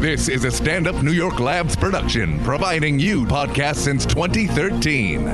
This is a stand up New York Labs production, providing you podcasts since 2013.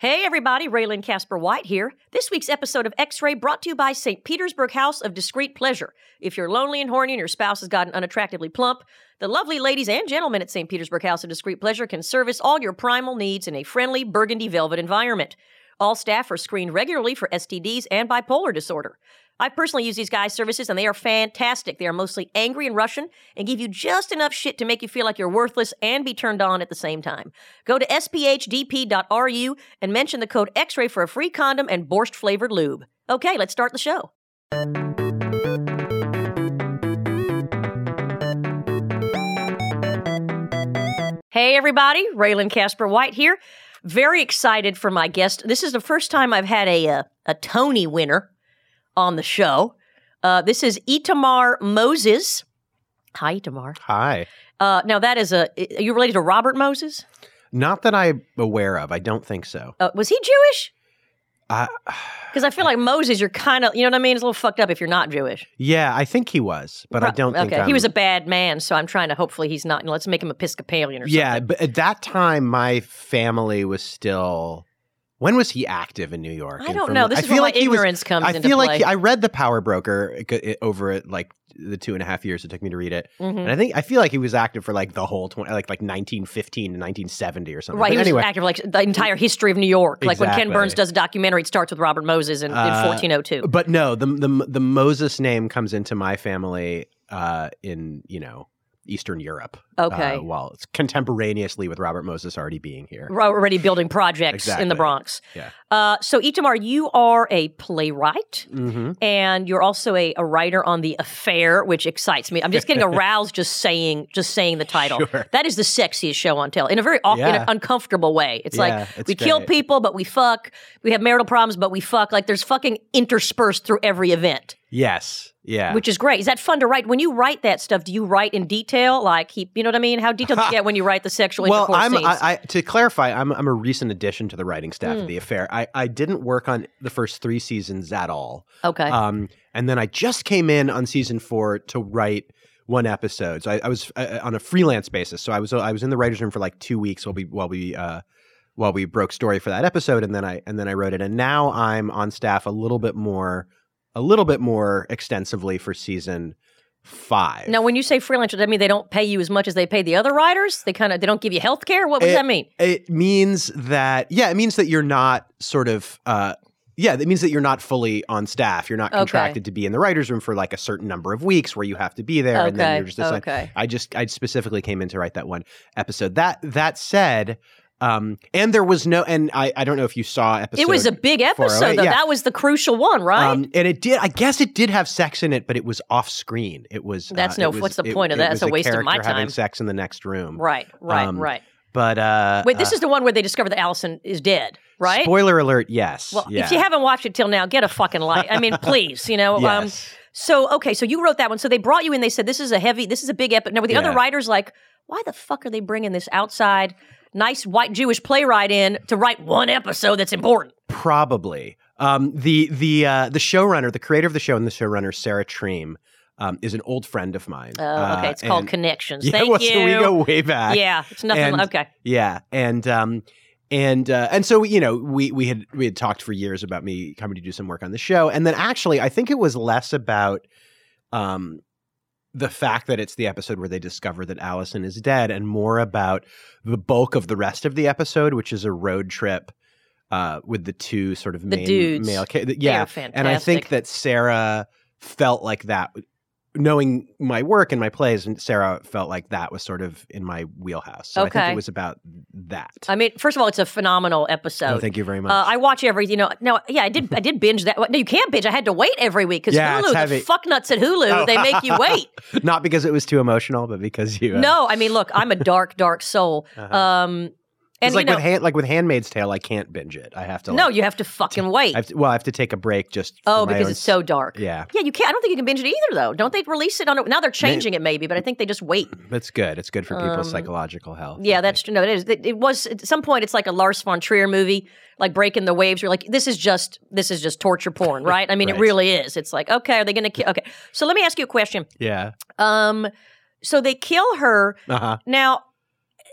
Hey everybody, Raylan Casper White here. This week's episode of X Ray brought to you by St. Petersburg House of Discreet Pleasure. If you're lonely and horny and your spouse has gotten unattractively plump, the lovely ladies and gentlemen at St. Petersburg House of Discreet Pleasure can service all your primal needs in a friendly burgundy velvet environment. All staff are screened regularly for STDs and bipolar disorder. I personally use these guys' services and they are fantastic. They are mostly angry and Russian and give you just enough shit to make you feel like you're worthless and be turned on at the same time. Go to sphdp.ru and mention the code XRAY for a free condom and borscht flavored lube. Okay, let's start the show. Hey everybody, Raylan Casper White here. Very excited for my guest. This is the first time I've had a a, a Tony winner on the show. Uh, this is Itamar Moses. Hi, Itamar. Hi. Uh, now that is a are you related to Robert Moses? Not that I'm aware of. I don't think so. Uh, was he Jewish? I- Because I feel like Moses, you're kind of you know what I mean. It's a little fucked up if you're not Jewish. Yeah, I think he was, but I don't think okay. he I'm- was a bad man, so I'm trying to hopefully he's not. Let's make him Episcopalian or yeah, something. but at that time, my family was still. When was he active in New York? I And don't from- know. This I is feel where like my he was- ignorance comes I into feel like play. he- I read the Power Broker it- it- over it, like the two and a half years it took me to read it, Mhm. and I think I feel like he was active for like the whole 20, like like 1915 to 1970 or something. Right, But he was anyway, active like the entire history of New York. Like when Ken Exactly. Burns does a documentary, it starts with Robert Moses in, oh in Uh, 1402. But no, the the the Moses name comes into my family uh, in you know Eastern Europe. Okay. uh, while it's contemporaneously with Robert Moses already being here. We're already building projects in the Exactly. Bronx. Yeah. Uh, so Itamar, you are a playwright. Mm-hmm. And you're also a, a writer on the affair, which excites me. I'm just getting aroused just saying just saying the title. Sure. That is the sexiest show on tell in a very awkward, in Yeah. an uncomfortable way. It's Yeah, like it's we kill great. people, but we fuck. We have marital problems, but we fuck. Like there's fucking interspersed through every event. Yes. Yeah. which is great. Is that fun to write? When you write that stuff, do you write in detail? Like, he, you know what I mean? How detailed do you get when you write the sexual well, intercourse I'm scenes? I, I, to clarify, I'm I'm a recent addition to the writing staff Hmm. of the affair. I, I didn't work on the first three seasons at all. okay. Um, and then I just came in on season four to write one episode. So I, I was uh, on a freelance basis. So I was uh, I was in the writers' room for like two weeks while we while we uh, while we broke story for that episode, and then I and then I wrote it. And now I'm on staff a little bit more, a little bit more extensively for season five. now, when you say freelancer, does that mean they don't pay you as much as they pay the other writers? They kind of they don't give you health care? What, what does Eh, that mean? It means that yeah, it means that you're not sort of uh yeah, it means that you're not fully on staff. You're not Okay. contracted to be in the writers' room for like a certain number of weeks where you have to be there, and then Okay, you're just assigned. okay. I just I specifically came in to write that one episode. That that said, um, and there was no, and I I don't know if you saw episode. It was a big episode, 408, though. yeah. That was the crucial one, right? Um, and it did. I guess it did have sex in it, but it was off screen. It was. That's uh, no- it was- what's the it- point of it that? was That's a waste of character my time. Having sex in the next room. right, right, um, right. But uh, Wait, this uh, is the one where they discover that Allison is dead, right? Spoiler alert. Yes. well, yeah. if you haven't watched it till now, get a fucking life. I mean, please, you know. Um, Yes. So okay, so you wrote that one. So they brought you in. They said this is a heavy, this is a big epic. Now were the other Yeah. writers like, why the fuck are they bringing this outside nice white Jewish playwright in to write one episode that's important? Probably. Um, the the uh, the showrunner, the creator of the show, and the showrunner Sarah Treem, um, is an old friend of mine. Oh, Uh, okay, it's called and- connections. Yeah, Thank well, you. so we go way back. yeah, it's nothing. and- like- okay, Yeah, and um, and uh, and so you know we we had we had talked for years about me coming to do some work on the show, and then actually I think it was less about um the fact that it's the episode where they discover that Allison is dead, and more about the bulk of the rest of the episode, which is a road trip. Uh, with the two sort of The main dudes. male, ca- They yeah, are fantastic. and I think that Sarah felt like that, knowing my work and my plays, and Sarah felt like that was sort of in my wheelhouse. So I Okay. think it was about that. I mean, first of all, it's a phenomenal episode. oh, thank you very much. Uh, I watch every, you know. No, yeah, I did. I did binge that. No, you can't binge. I had to wait every week because Yeah, it's Hulu, the heavy. fuck nuts at Hulu, Oh. they make you wait. Not because it was too emotional, but because you. uh, No, I mean, look, I'm a dark, dark soul. Uh-huh. Um, It's And like you know, with hand, like with Handmaid's Tale, I can't binge it. I have to. no, like, you have to fucking wait. I have to, well, I have to take a break just. for oh, my because own it's s- so dark. Yeah, Yeah, you can't. I don't think you can binge it either, though. Don't they release it on? A, now they're changing it, maybe, but I think they just wait. that's good. It's good for people's Um, psychological health. Yeah, I that's true. No, it is. It, it was at some point. It's like a Lars von Trier movie, like Breaking the Waves. You're like, this is just this is just torture porn, right? I mean, Right. it really is. It's like, okay, are they going to kill? Okay, so let me ask you a question. think. Yeah. Um, so they kill her Uh huh. now.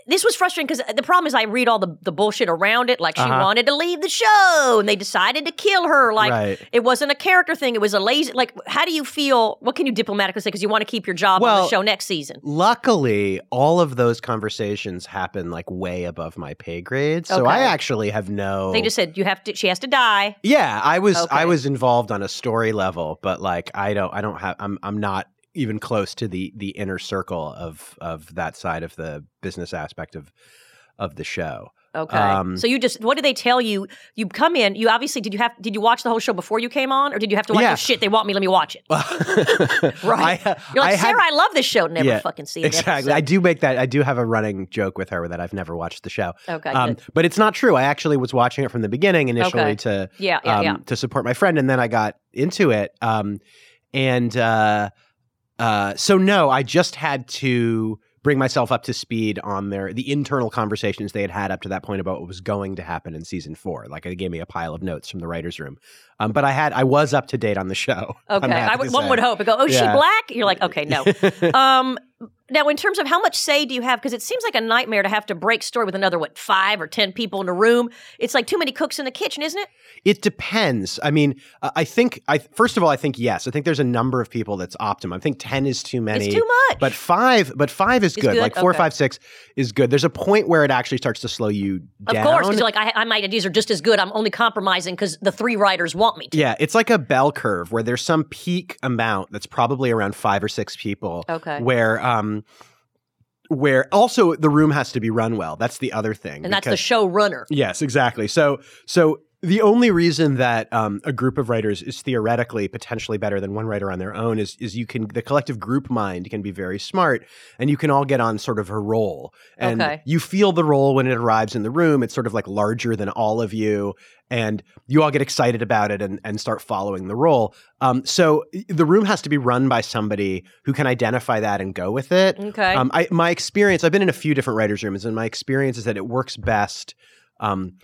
This was frustrating because the problem is I read all the, the bullshit around it. Like she Uh-huh. wanted to leave the show, and they decided to kill her. Like right. it wasn't a character thing. It was a lazy. Like, how do you feel? What can you diplomatically say? Because you want to keep your job on Well, the show next season. Luckily, all of those conversations happen like way above my pay grade, so I Okay. actually have no. They just said you have to. She has to die. Yeah, I was I Okay. was involved on a story level, but like I don't I don't have I'm I'm not even close to the the inner circle of of that side of the business aspect of of the show. Okay. Um, so you just what did they tell you? You come in. You obviously did you have did you watch the whole show before you came on, or did you have to watch? Yeah. Oh, shit, they want me. Let me watch it. right. I, You're like I had- Sarah. I love this show. Never Yeah, fucking see it. exactly. I do make that I do have a running joke with her that I've never watched the show. okay. Um, good. but it's not true. I actually was watching it from the beginning initially Okay. to Yeah. Yeah. um, yeah. to support my friend, and then I got into it. Um, and uh, uh, so no, I just had to bring myself up to speed on their the internal conversations they had had up to that point about what was going to happen in season four. Like they gave me a pile of notes from the writers' room, um, but I had I was up to date on the show. I'm Okay. happy I would, to one say. would hope. And go. Oh, is she Yeah. black? You're like, okay, no. um. Now, in terms of how much say do you have? Because it seems like a nightmare to have to break story with another what five or ten people in a room. It's like too many cooks in the kitchen, isn't it? It depends. I mean, uh, I think I first of all, I think yes. I think there's a number of people that's optimum. I think ten is too many. It's too much. But five, but five is Is good. good? Like four, Okay. five, six is good. There's a point where it actually starts to slow you of down. course, because you're like, I, I, my ideas are just as good. I'm only compromising because the three writers want me to. yeah, it's like a bell curve where there's some peak amount that's probably around five or six people. Okay. Where um, where also the room has to be run well. That's the other thing. and that's because- the showrunner. Yes, exactly. So, so the only reason that um, a group of writers is theoretically potentially better than one writer on their own is is you can the collective group mind can be very smart, and you can all get on sort of a roll, and Okay. you feel the roll when it arrives in the room. It's sort of like larger than all of you, and you all get excited about it and and start following the roll. Um, so the room has to be run by somebody who can identify that and go with it. Okay. Um, I, my experience, I've been in a few different writers' rooms, and my experience is that it works best. Um,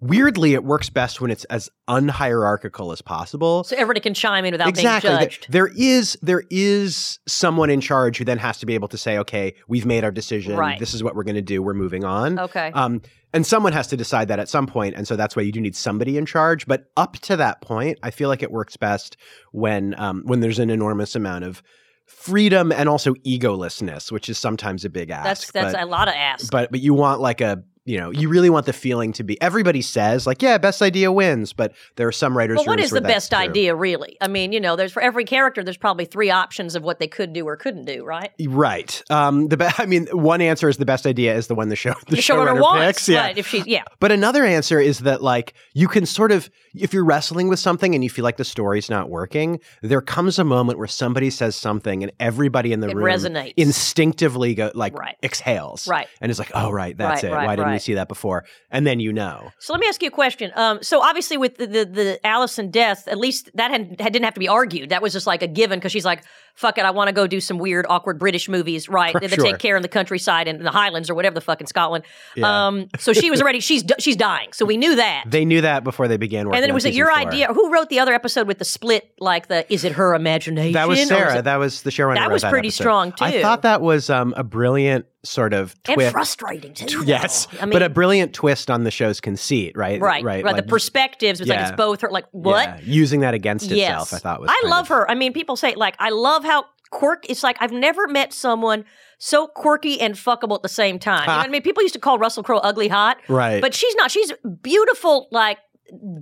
weirdly, it works best when it's as unhierarchical as possible. so everybody can chime in without exactly. being There- judged. There is there is someone in charge who then has to be able to say, okay, we've made our decision. Right. This is what we're going to do. We're moving on. okay. Um, and someone has to decide that at some point, and so that's why you do need somebody in charge. But up to that point, I feel like it works best when um, when there's an enormous amount of freedom and also egolessness, which is sometimes a big ask. that's that's but, a lot of ass. but but you want like a you know you really want the feeling to be everybody says like yeah best idea wins, but there are some writers. But what rooms is where the that's best true. idea, really? I mean, you know, there's for every character, there's probably three options of what they could do or couldn't do, right? Right. Um, the be- I mean, one answer is the best idea is the one the show the, showrunner, picks. Yeah. but if she's yeah, But another answer is that like you can sort of if you're wrestling with something and you feel like the story's not working, there comes a moment where somebody says something and everybody in the it room resonates. instinctively go like Right. exhales. right. And it's like, oh right, that's Right, it. right, Why didn't we right. see that before? And then you know. So let me ask you a question. Um, so obviously, with the, the the Allison death, at least that had, had, didn't have to be argued. That was just like a given because she's like, "Fuck it, I want to go do some weird, awkward British movies, right? For That sure. take care in the countryside and in the Highlands or whatever the fuck in Scotland." Yeah. Um, so she was already she's di- she's dying. So we knew that. they knew that before they began working. and then on was it season your four. idea? Who wrote the other episode with the split? Like the is it her imagination? That was or Sarah. it- that was the showrunner. That wrote was pretty episode. strong, I too. thought that was um, a brilliant sort of and twist. frustrating too. yes, though. I mean, but a brilliant twist on the show's conceit, right? right, right. right. the like- perspectives. It's like Yeah. it's both her. Like what? Yeah, using that against itself, I thought was. I kind love of- her. I mean, people say like I love how quirk. It's like I've never met someone so quirky and fuckable at the same time. You know what I mean, people used to call Russell Crowe ugly hot, Right. but she's not. She's beautiful, like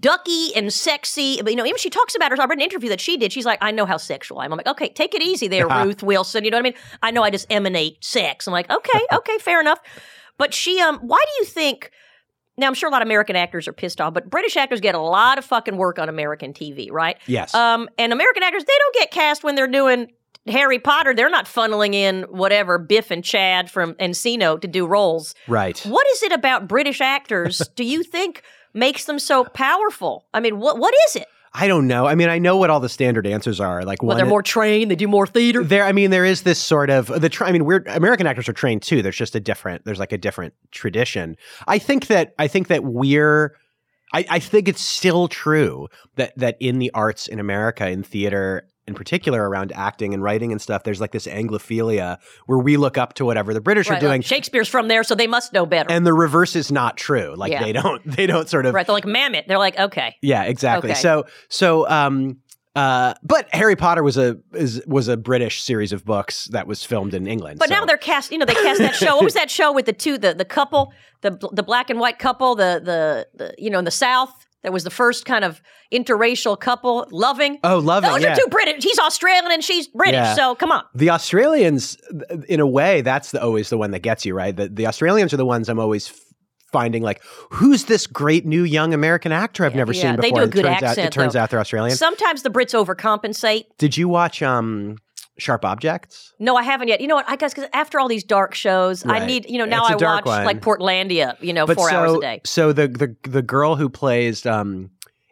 ducky and sexy. But you know, even she talks about her. I read an interview that she did. She's like, I know how sexual I am. I'm like, okay, take it easy there, Ruth Wilson. You know what I mean? I know I just emanate sex. I'm like, okay, okay, fair enough. But she, um, why do you think? Now I'm sure a lot of American actors are pissed off, but British actors get a lot of fucking work on American TV, right? yes. uh, Um, and American actors, they don't get cast when they're doing Harry Potter, they're not funneling in whatever Biff and Chad from Encino to do roles. Right. What is it about British actors do you think makes them so powerful? I mean, what what is it? I don't know. I mean, I know what all the standard answers are. Like, Well, one they're more trained, they do more theater. there. I mean, there is this sort of the. Tra- I mean, we're American actors are trained too. There's just a different. There's like a different tradition. I think that. I think that we're. I, I think it's still true that that in the arts in America, in theater in particular, around acting and writing and stuff, there's like this anglophilia where we look up to whatever the British Right, like, are doing, Shakespeare's from there, so they must know better. and the reverse is not true. Like Yeah. they don't. They don't sort of right. They're like Mammoth. They're like, okay. Yeah, exactly. Okay. So so um uh but Harry Potter was a is was a British series of books that was filmed in England. But so- now they're cast. You know, they cast that show. What was that show with the two, the the couple, the the black and white couple, the the, the you know in the South. That was the first kind of interracial couple, loving. Oh, love Those it. Yeah. are two British. He's Australian and she's British. Yeah. So come on. the Australians th- in a way that's the always the one that gets you, right? The the Australians are the ones I'm always f- finding like who's this great new young American actor I've never yeah, seen they do before. a And good it turns out accent, it turns though. out they're Australian. Sometimes the Brits overcompensate. Did you watch um Sharp Objects? No, I haven't yet. You know what? I guess because after all these dark shows, I Right. need you know now It's a I watch dark one. like Portlandia. You know, Oh, four so hours a day. so the the the girl who plays um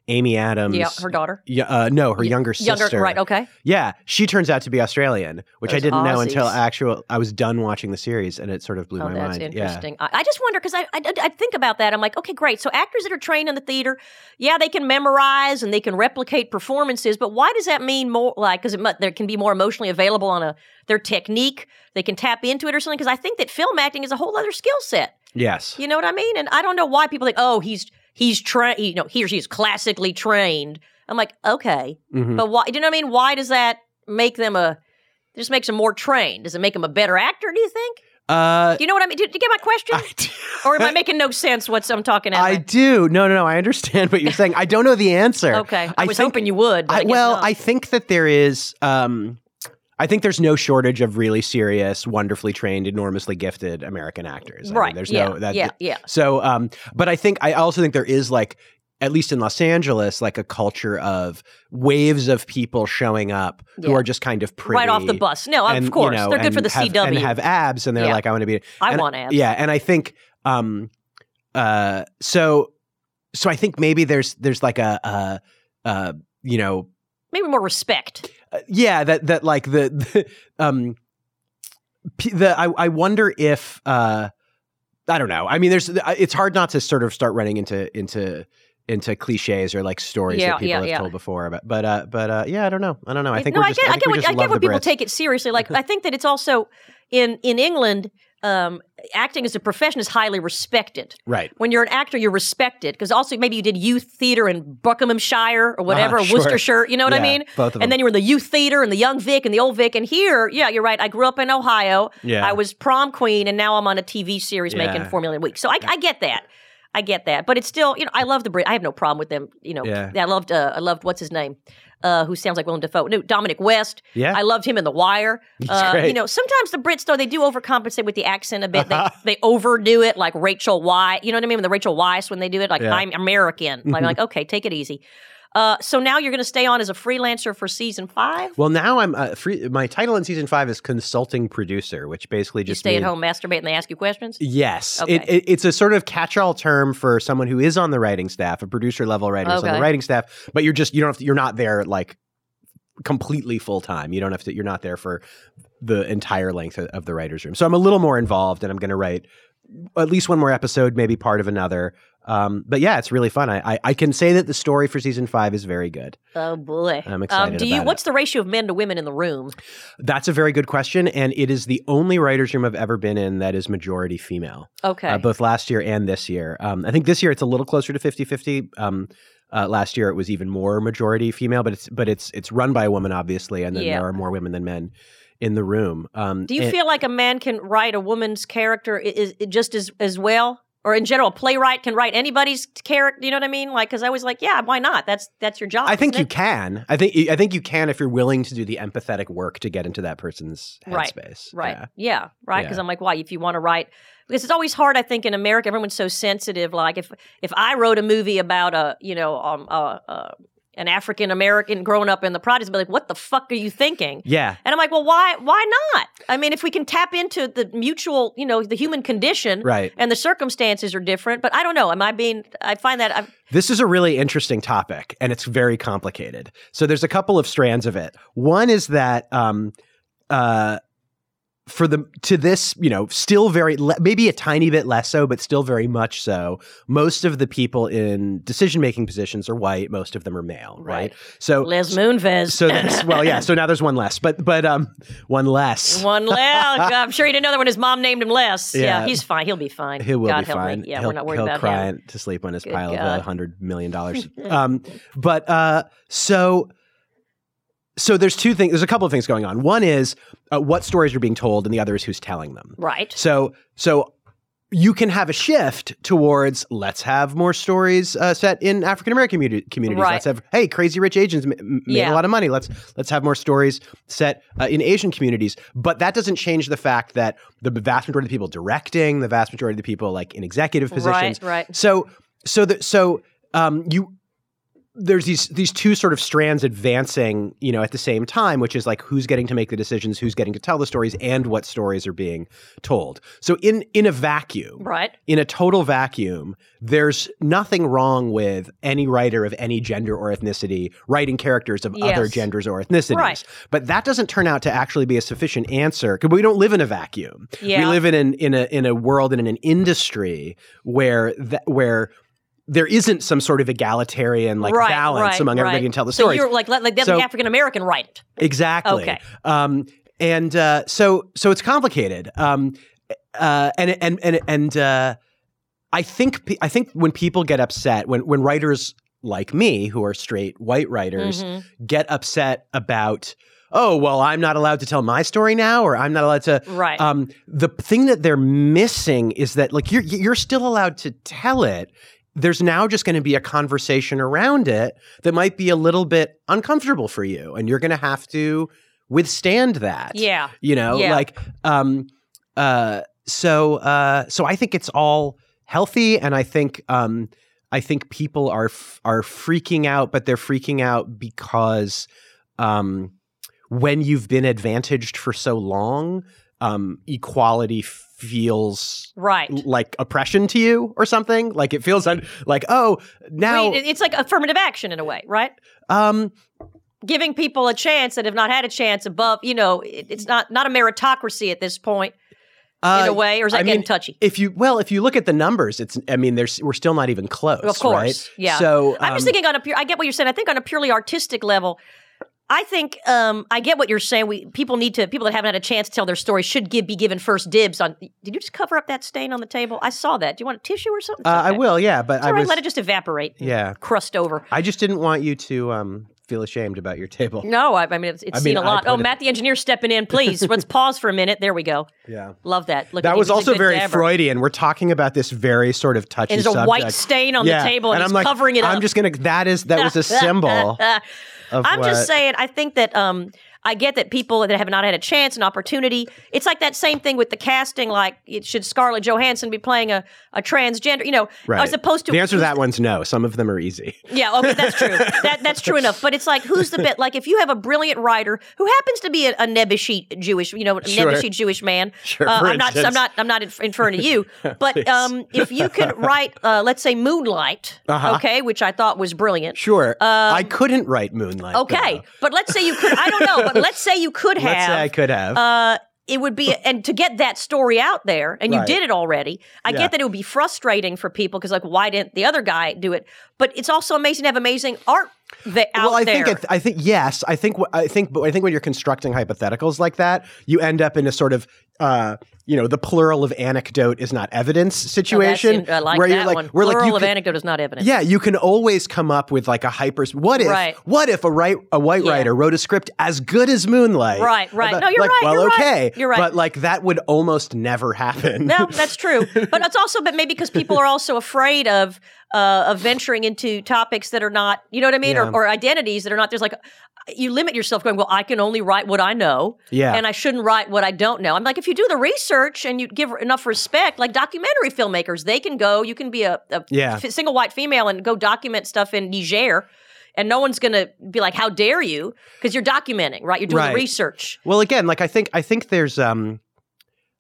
Amy Adams Yeah, her daughter, Yeah, uh, no, her Y- younger younger, sister. right? Okay. Yeah, she turns out to be Australian, which I Those didn't know until Aussies. actual I was done watching the series, and it sort of blew Oh, my that's mind. interesting. I, I just wonder because I, I I think about that. I'm like, okay, great. So actors that are trained in the theater, yeah, they can memorize and they can replicate performances. But why does that mean more? Like, because there can be more emotionally available on a their technique. They can tap into it or something. Because I think that film acting is a whole other skill set. Yeah. Yes. You know what I mean? And I don't know why people think, oh, he's he's trained. You know, he or she's classically trained. I'm like, okay, Mhm. but why? Do you know what I mean? Why does that make them a? it Just makes them more trained. Does it make them a better actor? Do you think? Uh, Do you know what I mean? Do, do you get my question? I do. or am I making no sense what I'm talking Uh, I about? do. No, no, no. I understand what you're saying. I don't know the answer. okay. I, I was think- hoping you would. But I, I, guess well, not. I think that there is. Um, I think there's no shortage of really serious, wonderfully trained, enormously gifted American actors. I mean, right. there's yeah, no that yeah, yeah. So, um, but I think I also think there is like, at least in Los Angeles, like a culture of waves of people showing up who Yeah. are just kind of pretty Right off the bus. No, and, of you course. know, They're good and for the have, CW. and have abs, and they're Yeah. like, I want to be. I and- want abs. Yeah, and I think, um, uh, so, so I think maybe there's there's like a, uh, uh, you know, Maybe more respect. uh, yeah that that like the, the um p- the I, I wonder if uh i don't know i mean there's I- it's hard not to sort of start running into into into cliches or like stories Yeah, that people yeah, have yeah. told before about but uh but uh yeah i don't know i don't know i think no, we're I just, get, I think get we what, just I love get what the people Brits. take it seriously. Like, I think that it's also in, in England, um, acting as a profession is highly respected. right When you're an actor, you're respected because also maybe you did youth theater in Buckinghamshire or whatever, Uh-huh, or sure. Worcestershire. You know what I Yeah, mean? both of And them then you were in the youth theater and the young Vic and the old Vic. And here, yeah, you're right. I grew up in Ohio. yeah I was prom queen, and now I'm on a TV series making Yeah. four million a week. So I, I get that. I get that. But it's still, you know, I love the Brit. I have no problem with them. You know, Yeah. I loved, uh, I loved what's his name, uh, who sounds like Willem Dafoe. No, Dominic West. yeah I loved him in The Wire. He's Uh, great. Uh-huh. You know, sometimes the Brits though they do overcompensate with the accent a bit. They, they overdo it, like Rachel Weisz. You know what I mean? With the Rachel Weisz when they do it, like Yeah. I'm American. Like, like okay, take it easy. Uh, so now you're going to stay on as a freelancer for season five. well now i'm uh, free my title in season five is consulting producer which basically You just stay at means- home, masturbate, and they ask you questions. Yes, Okay. it, it, it's a sort of catch-all term for someone who is on the writing staff, a producer level writer who's on Okay. the writing staff, but you're just you don't have to, you're not there like completely full time. You don't have to you're not there for the entire length of, of the writers room. So I'm a little more involved, and I'm going to write at least one more episode, maybe part of another. Um, but yeah, it's really fun. I, I I can say that the story for season five is very good. Oh boy, I'm excited do you? about it. What's the ratio of men to women in the room? That's a very good question, and it is the only writers room I've ever been in that is majority female. Okay, uh, both last year and this year. Um, I think this year it's a little closer to 50 50. Um, uh, last year it was even more majority female, but it's but it's it's run by a woman obviously, and then Yeah. there are more women than men in the room. Um, do you and- feel like a man can write a woman's character i- is, is just as as well, or in general, a playwright can write anybody's character? You know what I mean? Like, because I was like, yeah, why not? That's that's your job. I think isn't you it? can. I think I think you can if you're willing to do the empathetic work to get into that person's Right. headspace. Right. Yeah. Yeah. right. Because Yeah. I'm like, why? If you want to write, because it's always hard. I think in America, everyone's so sensitive. Like, if if I wrote a movie about a you know um uh, uh, an African American growing up in the projects and be like, what the fuck are you thinking? Yeah. And I'm like, well, why why not? I mean, if we can tap into the mutual, you know, the human condition Right. and the circumstances are different, but I don't know. Am I being I find that I've This is a really interesting topic, and it's very complicated. So there's a couple of strands of it. One is that um, uh, for the to this, you know, still very le- maybe a tiny bit less so, but still very much so. Most of the people in decision making positions are white. Most of them are male, right? Right. So Les Moonves. so that's, well, yeah. So now there's one less, but but um, one less. one Les. I'm sure he didn't know that when his mom named him Les. Yeah, Yeah. he's fine. He'll be fine. He will God be help fine. Me. Yeah, he'll, we're not worried he'll about cry him. to sleep on his Good pile God. of a hundred million dollars. um, but uh, so so there's two things. There's a couple of things going on. One is uh, what stories are being told, and the other is who's telling them. Right. So so you can have a shift towards let's have more stories uh, set in African American community, communities. Right. Let's have hey, Crazy Rich Asians m- m- made Yeah. a lot of money. Let's let's have more stories set uh, in Asian communities. But that doesn't change the fact that the vast majority of the people directing, the vast majority of the people like in executive positions, Right. Right. so so the, so um you there's these these two sort of strands advancing you know at the same time which is like who's getting to make the decisions who's getting to tell the stories and what stories are being told so in in a vacuum Right. in a total vacuum there's nothing wrong with any writer of any gender or ethnicity writing characters of other Yes. genders or ethnicities Right. but that doesn't turn out to actually be a sufficient answer because we don't live in a vacuum Yeah. we live in an, in a in a world and in an industry where that where there isn't some sort of egalitarian like right, balance right, among everybody right. who can tell the so stories. You're like let, like, let So- the African American write it. Exactly. Okay. Um, and uh, so so it's complicated. Um, uh, and and and and uh, I think pe- I think when people get upset when when writers like me who are straight white writers Mhm. get upset about oh well I'm not allowed to tell my story now or I'm not allowed to Right. um, the thing that they're missing is that like you're you're still allowed to tell it. There's now just going to be a conversation around it that might be a little bit uncomfortable for you, and you're going to have to withstand that. yeah. you know, Yeah. like um, uh, so uh, so I think it's all healthy, and I think um, I think people are f- are freaking out, but they're freaking out because um, when you've been advantaged for so long, um, equality feels Right. l- like oppression to you or something. Like it feels un- like oh Well, now you- it's like affirmative action in a way, right? um, Giving people a chance that have not had a chance above, you know, it, it's not not a meritocracy at this point in uh, a way, or is that I getting mean, touchy? if you well if you look at the numbers, it's I mean there's we're still not even close. Of course, right? yeah. So I'm um, just thinking on a pure. I get what you're saying. I think on a purely artistic level, I think um, I get what you're saying. We people need to people that haven't had a chance to tell their story should give be given first dibs on. Did you just cover up that stain on the table? I saw that. Do you want a tissue or something? Uh, It's I okay. will, yeah, but It's I all right. was Let it just evaporate. and yeah. Crust over. I just didn't want you to um, feel ashamed about your table. No, I, I mean it's, it's I seen mean, a I lot. Oh, pointed- Matt the engineer stepping in, please. Let's pause for a minute. There we go. Yeah. Love that. Look, That he was a also good very dabber. Freudian. We're talking about this very sort of touchy And there's a subject. white stain on Yeah, the table, and, I'm he's like, covering it up. I'm just gonna. That is that was a symbol of. I'm just what- saying. I think that um, I get that people that have not had a chance, an opportunity. It's like that same thing with the casting. Like, it, should Scarlett Johansson be playing a, a transgender? You know, Right. as opposed to the answer to that one's no. Some of them are easy. Yeah, okay, that's true. that that's true enough. But it's like, who's the bet? Like, if you have a brilliant writer who happens to be a, a Nebuchadnezzar Jewish, you know, a Sure. Nebuchadnezzar Jewish man. Sure, uh, for I'm not. I'm instance. not. I'm not inf- inferring to you. But um, if you could write, uh, let's say, Moonlight, Uh-huh. okay, which I thought was brilliant. Sure, I couldn't write Moonlight. Um, Okay, though. but let's say you could. I don't know, but let's say you could have. Uh-huh. let's say I could have. Uh, it would be, and to get that story out there, and you Right. did it already. I Yeah. get that it would be frustrating for people because, like, why didn't the other guy do it? But it's also amazing to have amazing art that out well, I there. think I, th- I think yes, I think wh- I think but I think when you're constructing hypotheticals like that, you end up in a sort of uh, you know the plural of anecdote is not evidence situation Oh, I like where that you're like one. we're Plural like you of can- anecdote is not evidence. yeah, you can always come up with like a hyper. What if? Right. What if a right a white Yeah. writer wrote a script as good as Moonlight? Right, right. about- No, you're like, right, Well, you're right, okay, you're right. But like that would almost never happen. No, that's true. But it's also, but maybe because people are also afraid of uh, of venturing into topics that are not, you know what I mean, Yeah. or, or identities that are not. There's like you limit yourself, going, well, I can only write what I know, Yeah. and I shouldn't write what I don't know. I'm like, if you do the research and you give enough respect, like documentary filmmakers, they can go. You can be a, a Yeah. f- single white female and go document stuff in Niger. and no one's going to be like, "How dare you?" Because you're documenting, right? You're doing Right. the research. Well, again, like I think I think there's um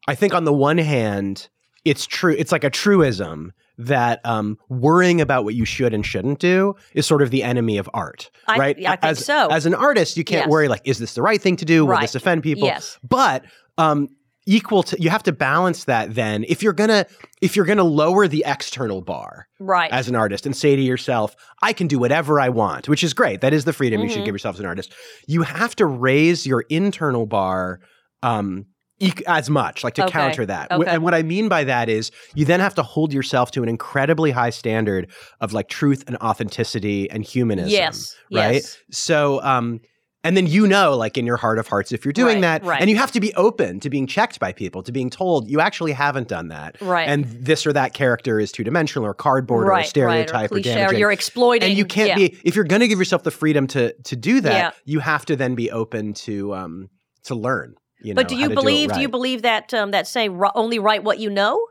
I think on the one hand, it's true it's like a truism that um worrying about what you should and shouldn't do is sort of the enemy of art. I- right? yeah, I think as, so. As an artist, you can't Yes. worry like, is this the right thing to do? Will Right. this offend people? Yes. But um equal to you have to balance that then if you're gonna if you're gonna lower the external bar Right. as an artist and say to yourself, I can do whatever I want, which is great. That is the freedom you should Mhm. give yourself as an artist. You have to raise your internal bar um, eq- as much, like to Okay. counter that. Wh- Okay. And what I mean by that is you then have to hold yourself to an incredibly high standard of like truth and authenticity and humanism. yes. right? Yes. So, um, and then you know, like in your heart of hearts, if you're doing Right, that, right. and you have to be open to being checked by people, to being told you actually haven't done that Right. and this or that character is two dimensional or cardboard right, or a stereotype right, or, or, cliche, damaging. you're exploiting. and you can't yeah. be if you're going to give yourself the freedom to to do that, Yeah. you have to then be open to um to learn. You know, But do how you to it believe? Do you right. believe that um, that saying "Ri- "only write what you know"?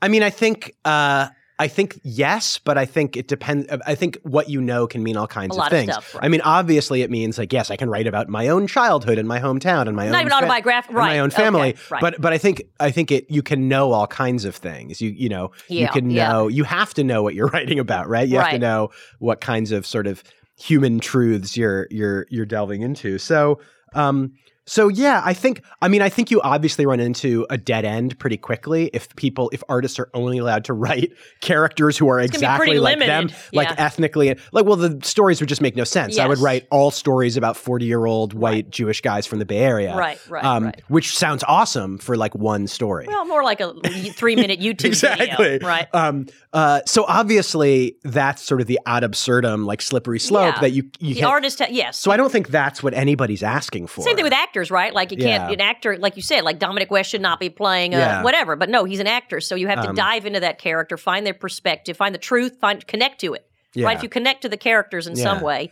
I mean, I think uh I think yes, but I think it depends. I think what you know can mean all kinds A lot of of things. stuff, right. I mean, obviously, it means like yes, I can write about my own childhood and my hometown and my Not own even fa- autobiographical. and Right. my own okay, family. right. But but I think I think it you can know all kinds of things. You you know you Yeah, can yeah. know you have to know what you're writing about, right? You have to Right. know what kinds of sort of human truths you're you're you're delving into. So um so yeah, I think I mean I think you obviously run into a dead end pretty quickly if people if artists are only allowed to write characters who are gonna be pretty exactly like them, limited, like yeah. ethnically and like well the stories would just make no sense. I would Yes. write all stories about 40-year-old white Jewish guys from the Bay Area Um, Right, right, right. which sounds awesome for like one story. well, more like a three-minute YouTube exactly. video, right? Um, uh, so obviously, that's sort of the ad absurdum, like slippery slope Yeah. that you you The can't- artist, ha- yes. So I don't think that's what anybody's asking for. Same thing with actors, right? Like you can't Yeah. an actor, like you said, like Dominic West should not be playing uh, Yeah. Um, whatever. But no, he's an actor, so you have to dive into that character, find their perspective, find the truth, find connect to it. Right? Yeah. If you connect to the characters in some Yeah. way.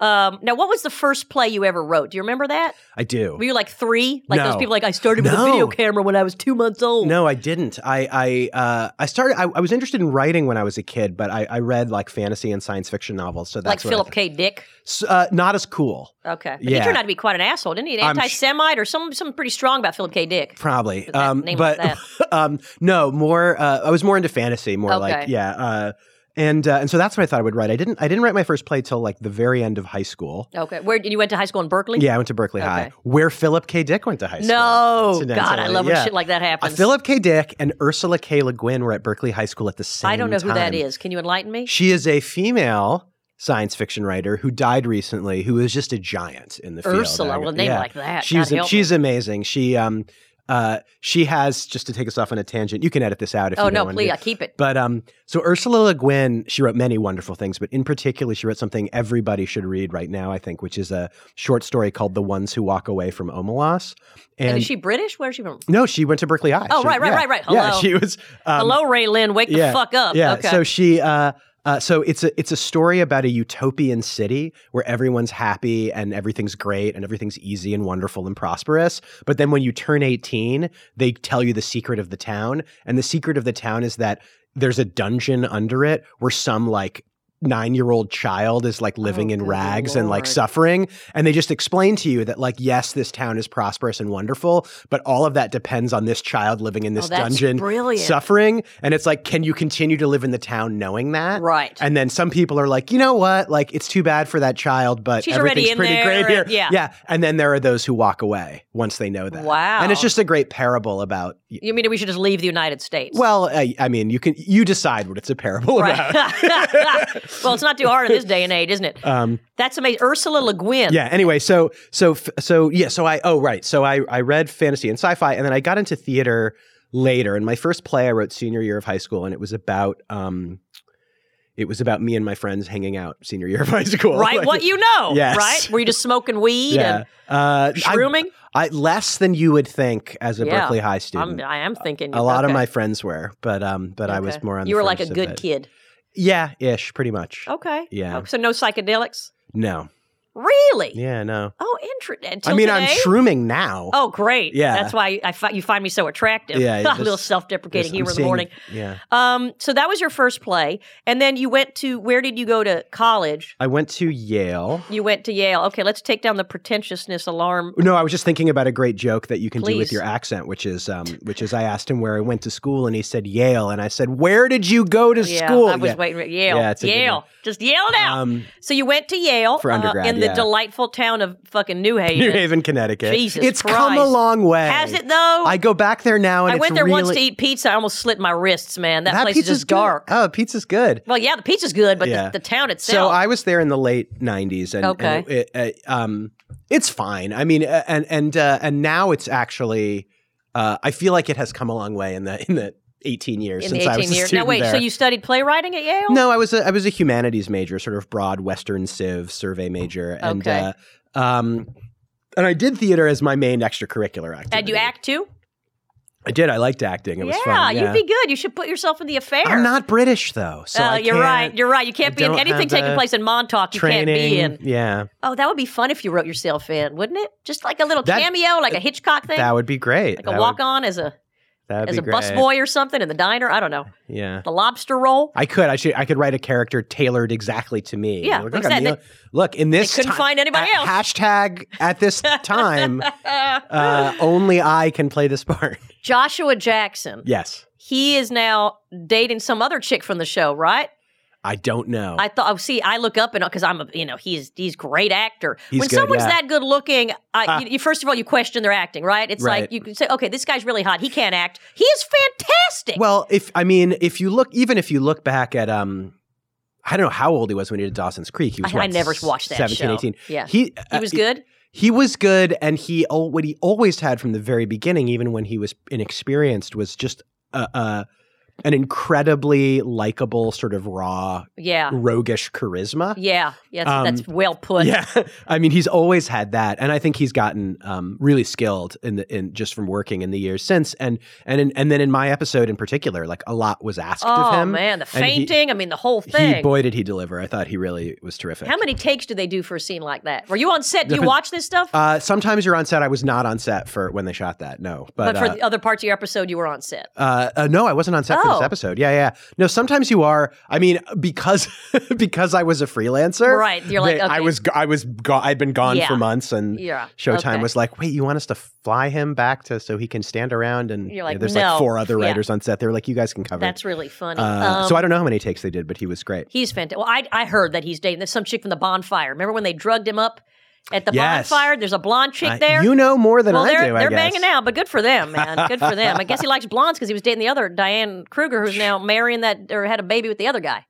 Um, now, what was the first play you ever wrote? Do you remember that? I do. Were you like three? Like those No. people, like I started with a No. video camera when I was two months old. No, I didn't. I I uh, I started. I, I was interested in writing when I was a kid, but I, I read like fantasy and science fiction novels. So like that's what I Philip th- K. Dick. S- uh, not as cool, Okay, but he Yeah. turned out to be quite an asshole, didn't he? An I'm sh- anti-Semite or some something pretty strong about Philip K. Dick. probably. that Um, name but like um, no, more. Uh, I was more into fantasy, more like Okay. yeah. Uh, and uh, and so that's what I thought I would write. I didn't. I didn't write my first play till like the very end of high school. Okay, where you went to high school in Berkeley? Yeah, I went to Berkeley High, Okay. where Philip K. Dick went to high school. No, Incidentally, God, I love when yeah. shit like that Uh, happens. Philip K. Dick and Ursula K. Le Guin were at Berkeley High School at the same time. I don't know who that is. Can you enlighten me? She is a female science fiction writer who died recently, who was just a giant in the field. Ursula, I- well, a name like that. She's God help she's amazing. She um uh she has just to take us off on a tangent. You can edit this out if Oh you no, don't please, want I keep it. But um, so Ursula Le Guin, she wrote many wonderful things, but in particular, she wrote something everybody should read right now, I think, which is a short story called "The Ones Who Walk Away from Omalas." And, Um, And is she British? Where's she from? no, she went to Berkeley High. Oh, She- right, right, yeah. right, right. Yeah, Hello. she was. Um, Hello, Ray Lynn. Wake yeah, the fuck up. Yeah. Okay. So she. Uh, uh, so it's a it's a story about a utopian city where everyone's happy and everything's great and everything's easy and wonderful and prosperous. But then when you turn eighteen, they tell you the secret of the town, and the secret of the town is that there's a dungeon under it where some like nine year old child is like living Oh, in good rags and like Lord. suffering. And they just explain to you that, like, yes, this town is prosperous and wonderful, but all of that depends on this child living in this oh, that's dungeon brilliant. suffering. And it's like, can you continue to live in the town knowing that? Right. And then some people are like, you know what? Like, it's too bad for that child, but She's already everything's in pretty there, great here. and- yeah. Yeah. And then there are those who walk away once they know that. Wow. And it's just a great parable about. you mean we should just leave the United States? Well, I, I mean, you can you decide what it's a parable right. about. well, it's not too hard in this day and age, isn't it? Um, That's amazing. Ursula Le Guin. yeah anyway so so f- so yeah so i oh right so i i read fantasy and sci-fi and then i got into theater later and my first play i wrote senior year of high school and it was about um it was about me and my friends hanging out senior year of high school Right. Like, what you know. Yes. Right. Were you just smoking weed yeah and uh I- shrooming? I, less than you would think as a Yeah. berkeley high I'm, student I am thinking A lot of okay, my friends were but um but i was okay. more on You the were like a first of good it. kid. yeah ish pretty much Okay. Yeah. Oh, so no psychedelics. no Really? Yeah, no. Oh, interesting. I mean, I'm shrooming now. Oh, great. Yeah. That's why I fi- you find me so attractive. Yeah, a little this- self-deprecating I'm humor in the seeing- morning. Yeah. Um, so that was your first play, and then you went to where did you go to college? I went to Yale. You went to Yale. Okay, let's take down the pretentiousness alarm. No, I was just thinking about a great joke that you can do Please. with your accent, which is, um, which is, I asked him where I went to school, and he said Yale, and I said, "Where did you go to yeah, school?" I was Yeah. waiting. Yale, Yeah, it's a good Yale, just Yale now. um, so you went to Yale For uh, undergrad, in the yeah. delightful town of fucking New Haven. New Haven, Connecticut. Jesus it's come a Christ. long way. Has it though? I go back there now, and I it's went there really, once to eat pizza. I almost slit my wrists, man. That, that place is pizza's just good. dark. Oh, pizza's good. Well, yeah, the pizza's good, but Yeah. the, the town So itself. I was there in the late '90s, and, Okay. and it, it, uh, um, it's fine. I mean, uh, and and uh, and now it's actually, uh, I feel like it has come a long way in the in the 18 years in the since I was 18 a years. Now student wait, so there. you studied playwriting at Yale? No, I was a I was a humanities major, sort of broad Western Civ survey major, and Okay. uh, um, and I did theater as my main extracurricular activity. And you act too? I did. I liked acting. It was fun. you'd be good. You should put yourself in the affair. I'm not British though, so Uh, I you're can't- right. You're right. You can't I be in don't anything have taking the place in Montauk. You training, can't be in. yeah, Oh, that would be fun if you wrote yourself in, wouldn't it? Just like a little That- cameo, like a Hitchcock thing, that would be great. like That a would- walk on as a that would as be a great. busboy or something in the diner. I don't know. Yeah. The lobster roll. I could. I should. I could write a character tailored exactly to me. Yeah, Look, like look, I said, I'm the- look, in this couldn't ti- find anybody at- else. Hashtag at this time, uh, only I can play this part. Joshua Jackson. yes, He is now dating some other chick from the show, right? I don't know. I thought. Oh, see, I look up and because I'm a, you know, he's he's great actor. He's when good, someone's yeah. that good looking, I, Ah. you, you- first of all you question their acting, right? It's like Right. you can say, okay, this guy's really hot. He can't act. He is fantastic. well, if I mean, if you look, even if you look back at, um, I don't know how old he was when he did Dawson's Creek. He was I, I what, never watched that 17, show. 18. Yeah, he, He uh, was good. He was good, and he al- what he always had from the very beginning, even when he was inexperienced, was just a, a an incredibly likable, sort of raw, Yeah, roguish charisma. yeah, yeah. That's, that's well put. Um, Yeah, I mean, he's always had that, and I think he's gotten um, really skilled in the in just from working in the years since, and and in, and then in my episode in particular, like a lot was asked of Oh him. man, the and he- fainting. I mean, the whole He, thing. boy, did he deliver! I thought he really was terrific. How many takes do they do for a scene like that? Were you on set? Do you watch this stuff? Uh, sometimes you're on set. I was not on set for when they shot that. No, but, but for uh, the other parts of your episode, you were on set. Uh, uh, no, I wasn't on set for Oh. this episode. Yeah, yeah. No, sometimes you are. I mean, because because I was a freelancer, Right, you're like, they- okay. I was, go- I was, go- I'd been gone Yeah. for months, and Yeah, Showtime okay. was like, wait, you want us to fly him back to so he can stand around? And You're like, there's no. like four other Yeah. writers on set. They were like, you guys can cover. That's it. really funny. Uh, Um, so I don't know how many takes they did, but he was great. He's fantastic. Well, I, I heard that he's dating there's some chick from the bonfire. Remember when they drugged him up at the Yes. bonfire? There's a blonde chick I- there. you know more than well, I they're do. I they're guess. banging out, but good for them, man. Good for them. I guess he likes blondes because he was dating the other Diane Kruger, who's now marrying that or had a baby with the other guy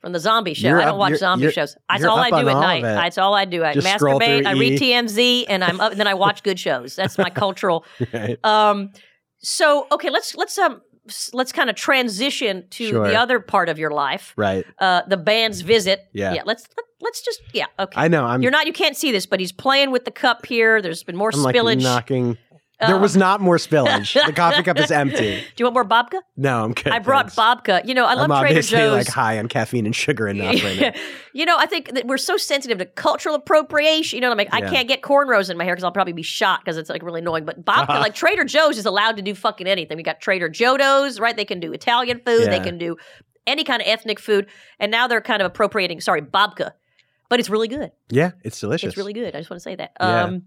from the zombie show. You're I don't up- watch you're- zombie you're- shows. That's you're all up I do on at all of night. it. That's all I do. I Just scroll masturbate. through I read E! TMZ, and I'm up. Then I watch good shows. That's my cultural. Right. Um, so okay, let's let's um s- let's kind of transition to Sure. the other part of your life Right. uh, the band's visit. Yeah. yeah. Let's let, let's just yeah. Okay. I know. I'm. You're not. You can't see this, but he's playing with the cup here. There's been more I'm like spillage. knocking. There Um, was not more spillage. the coffee cup is empty. Do you want more babka? No, I'm kidding. I brought babka. You know, I love I'm Trader obviously Joe's. like high on caffeine and sugar and enough right now. you know, I think that we're so sensitive to cultural appropriation. You know, I'm like, I Yeah. can't get cornrows in my hair because I'll probably be shot because it's like really annoying. But babka, like Trader Joe's, is allowed to do fucking anything. We got Trader Jodo's, right? They can do Italian food. They Yeah. can do any kind of ethnic food, and now they're kind of appropriating. Sorry, babka, but it's really good. Yeah, it's delicious. It's really good. I just want to say that. Yeah. Um,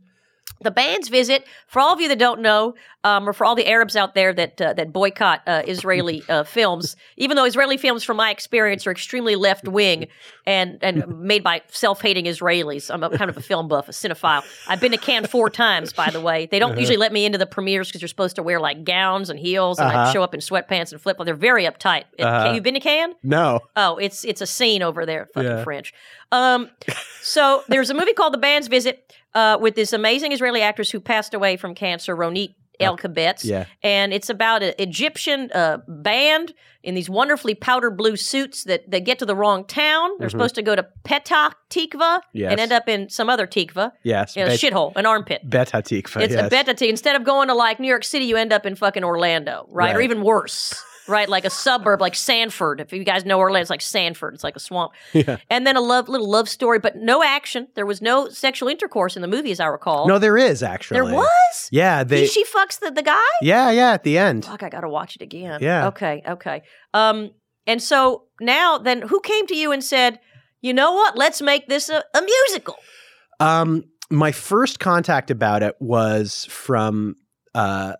the band's visit, for all of you that don't know, um, or for all the Arabs out there that uh, that boycott uh, Israeli uh, films, even though Israeli films, from my experience, are extremely left wing and and made by self hating Israelis. I'm a, kind of a film buff, a cinephile. I've been to Cannes four times, by the way. They Uh-huh. don't usually let me into the premieres because you're supposed to wear like gowns and heels, and I Uh-huh. show up in sweatpants and flip. They're very uptight. Uh-huh. You've been to Cannes? No. Oh, it's it's a scene over there, fucking Yeah. French. Um, so there's a movie called The Band's Visit uh, with this amazing Israeli actress who passed away from cancer, Ronit El Kabetz. Yeah. And it's about an Egyptian uh, band in these wonderfully powder blue suits that, that get to the wrong town. They're Mhm. supposed to go to Petah Tikva Yes. and end up in some other Tikva, Yes. you know, shithole, an armpit. Bet Hatikva. It's yes. a bet that instead of going to like New York City, you end up in fucking Orlando, right? Or Right. even worse. right? Like a suburb, like Sanford. If you guys know Orlando, it's like Sanford. It's like a swamp. Yeah. And then a love, little love story, but no action. There was no sexual intercourse in the movie, as I recall. No, there is actually. there was. Yeah, He- they. she fucks the, the guy. Yeah, yeah. At the end, Fuck, I gotta watch it again. Yeah. Okay. Okay. Um. And so now, then, who came to you and said, "You know what? Let's make this a, a musical." um, my first contact about it was from uh,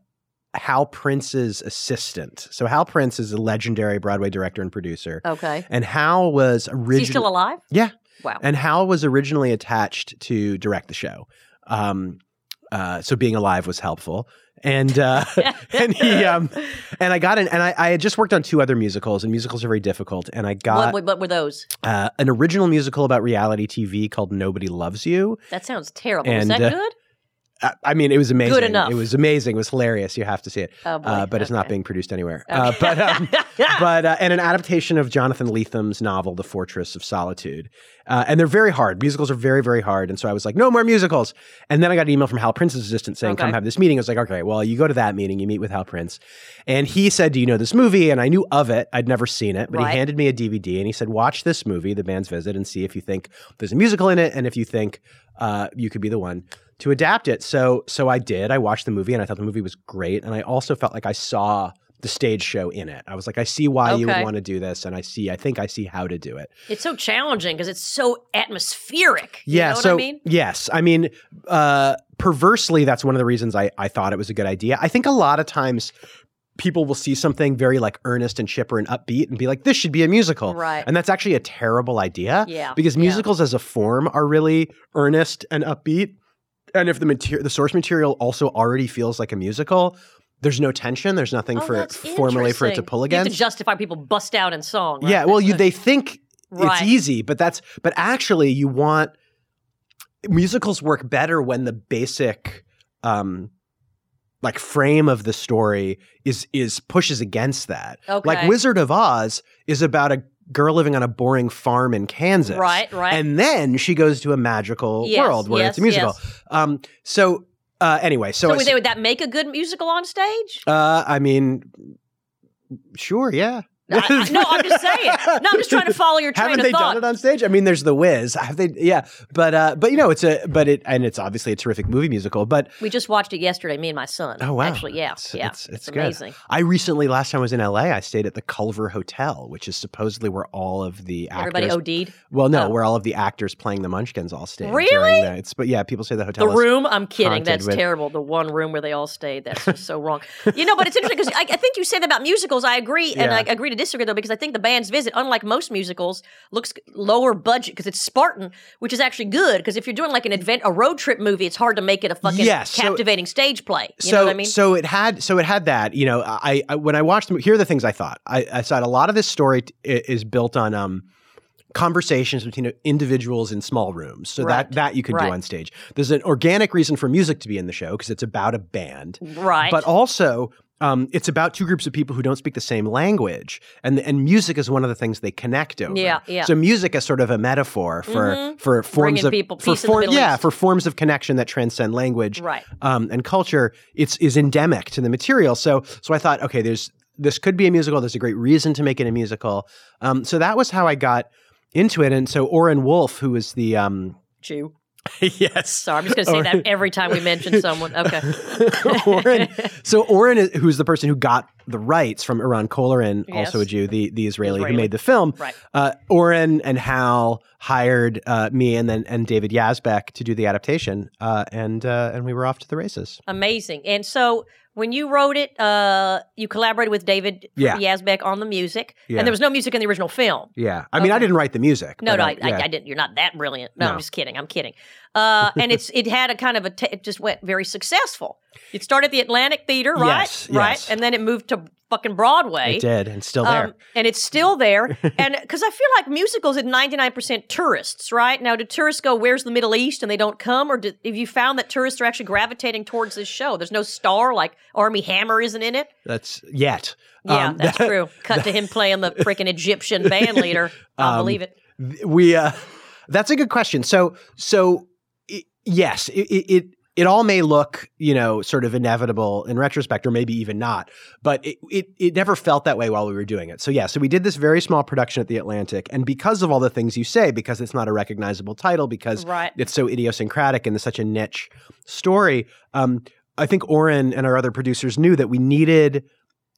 Hal Prince's assistant. So Hal Prince is a legendary Broadway director and producer, Okay. and Hal was Oh. Is he still originally alive? Yeah. Wow. and Hal was originally attached to direct the show. Um, uh, so being alive was helpful, and uh, and he um, and I got an and I, I had just worked on two other musicals, and musicals are very difficult, and I what, got what, what were those? uh, an original musical about reality TV called Nobody Loves You. That sounds terrible. Is And, that uh, good? I, I mean, it was amazing. enough. It was amazing. It was hilarious. You have to see it. Oh, boy. Uh, but it's not Okay. being produced anywhere. Uh, Okay. but um, but uh, and an adaptation of Jonathan Letham's novel, The Fortress of Solitude. Uh, and they're very hard. Musicals are very very hard. And so I was like, no more musicals. And then I got an email from Hal Prince's assistant saying, Okay. come have this meeting. I was like, okay, well, you go to that meeting, you meet with Hal Prince, and he said, do you know this movie? And I knew of it. I'd never seen it, but Right. he handed me a DVD and he said, watch this movie, The Band's Visit, and see if you think there's a musical in it, and if you think uh, you could be the one to adapt it. So so I did. I watched the movie and I thought the movie was great. And I also felt like I saw the stage show in it. I was like, I see why you would Okay. want to do this, and I see, I think I see how to do it. It's so challenging because it's so atmospheric. You Yeah. know what so I mean? yes, I mean, uh, perversely, that's one of the reasons I I thought it was a good idea. I think a lot of times people will see something very like earnest and chipper and upbeat and be like, this should be a musical, Right. and that's actually a terrible idea. Yeah. because yeah. musicals as a form are really earnest and upbeat and if the material the source material also already feels like a musical there's no tension there's nothing Oh, for it that's formally for it to interesting. pull You have against to justify people bust out in song. right? yeah well you they think Right. it's easy but that's but actually you want musicals work better when the basic um like frame of the story is is pushes against that Okay. like wizard of oz is about a girl living on a boring farm in kansas Right, right. and then she goes to a magical Yes, world where it's a yes, musical. Um, so uh, anyway, so, so I would, s- they, would that make a good musical on stage? uh, I mean, sure, yeah. I, I- no, I'm just saying. No, I'm just trying to follow your train Haven't of they thought. done it on stage? I mean, there's The Wiz. Have they? Yeah, but uh, but you know, it's a but it and it's obviously a terrific movie musical. But we just watched it yesterday, me and my son. Oh, wow. Actually, yeah. It's- yeah. it's- it's good. amazing. I recently, last time I was in LA, I stayed at the Culver Hotel, which is supposedly where all of the Everybody actors. OD'd. well, no, oh. where all of the actors playing the Munchkins all stayed. during Really? The, it's but yeah, people say the hotel. The is- room? I'm kidding. haunted That's with- terrible. The one room where they all stayed. That's just so wrong. You know, but it's interesting because I, I think you said about musicals. I agree, and Yeah. I agree to disagree though because I think the band's visit, unlike most musicals, looks lower budget because it's Spartan, which is actually good because if you're doing like an event, a road trip movie, it's hard to make it a fucking Yes, so- captivating stage play. You so know what I mean? so it had so it had that you know I, I when I watched the mo- here are the things I thought I, I thought a lot of this story t- i- is built on um conversations between uh, individuals in small rooms so Right. that that you could Right. do on stage there's an organic reason for music to be in the show because it's about a band right. but also um, it's about two groups of people who don't speak the same language, and and music is one of the things they connect over. Yeah, yeah. Mm-hmm. So music is sort of a metaphor for for forms Bringing of people for peace in the Middle yeah East. for forms of connection that transcend language, Right. Um, and culture. It's is endemic to the material. So so I thought, okay, there's this could be a musical. There's a great reason to make it a musical. Um, so that was how I got into it. And so Orrin Wolf, who is the um, Jew. yes, Sorry, I'm just going to say that every time we mention someone. Okay. Oren, so Oren, is, who's the person who got the rights from Iran Kolarin, also a Yes. Jew, the, the Israeli, Israeli. who made the film. Right. Uh, Oren and Hal hired uh, me and then and David Yazbek to do the adaptation, uh, and uh, and we were off to the races. Amazing. And so when you wrote it, uh, you collaborated with David Yeah. Yazbek on the music, Yeah. and there was no music in the original film. Yeah, I mean, I Okay. didn't write the music. No, but, no, uh, I, yeah. I, I didn't. You're not that brilliant. No, No. I'm just kidding. I'm kidding. Uh, and it's it had a kind of a t- it just went very successful. It started at the Atlantic Theater, right? Yes, right, yes. and then it moved to fucking Broadway. It did, and still there. Um, and it's still there. and because I feel like musicals at 99% tourists, right? Now, do tourists go, where's the Middle East, and they don't come? Or do, have you found that tourists are actually gravitating towards this show? There's no star, like Army Hammer isn't in it. That's yet. Yeah, Um, that's true. Cut to him playing the freaking Egyptian band leader. I'll believe it. we uh that's a good question so so i yes it, it, it it all may look, you know, sort of inevitable in retrospect, or maybe even not, but it, it, it never felt that way while we were doing it. So, yeah, so we did this very small production at the Atlantic. And because of all the things you say, because it's not a recognizable title, because Right. it's so idiosyncratic and it's such a niche story, um, I think Oren and our other producers knew that we needed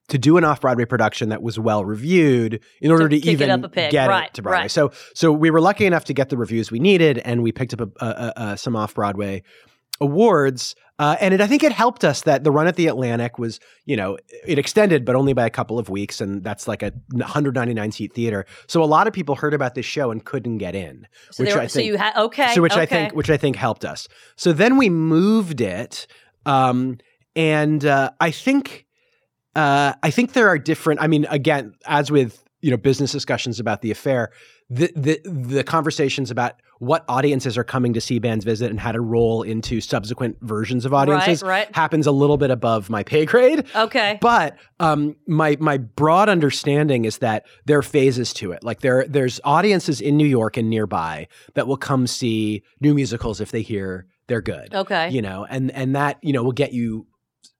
to do an off Broadway production that was well reviewed in order to, kick it even up a peg. get Right, it to Broadway. right. So, so we were lucky enough to get the reviews we needed, and we picked up a, a, a, a, some off Broadway awards. Uh, and it, I think it helped us that the run at the Atlantic was, you know, it extended, but only by a couple of weeks. And that's like a 199 seat theater. So a lot of people heard about this show and couldn't get in. So, which there, I so think- you had okay. So which I okay. think which I think helped us. So then we moved it, um, and uh, I think uh, I think there are different. I mean, again, as with you know business discussions about the affair, the the the conversations about what audiences are coming to see bands visit and how to roll into subsequent versions of audiences right. happens a little bit above my pay grade. Okay. But um, my my broad understanding is that there are phases to it. Like there there's audiences in New York and nearby that will come see new musicals if they hear they're good. Okay. You know, and and that you know will get you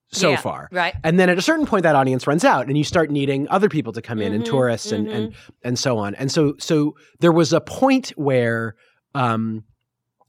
so Yeah, far. Right. And then at a certain point, that audience runs out, and you start needing other people to come in, and Mhm, tourists, and and Mm-hmm. and so on. And so so there was a point where. Um,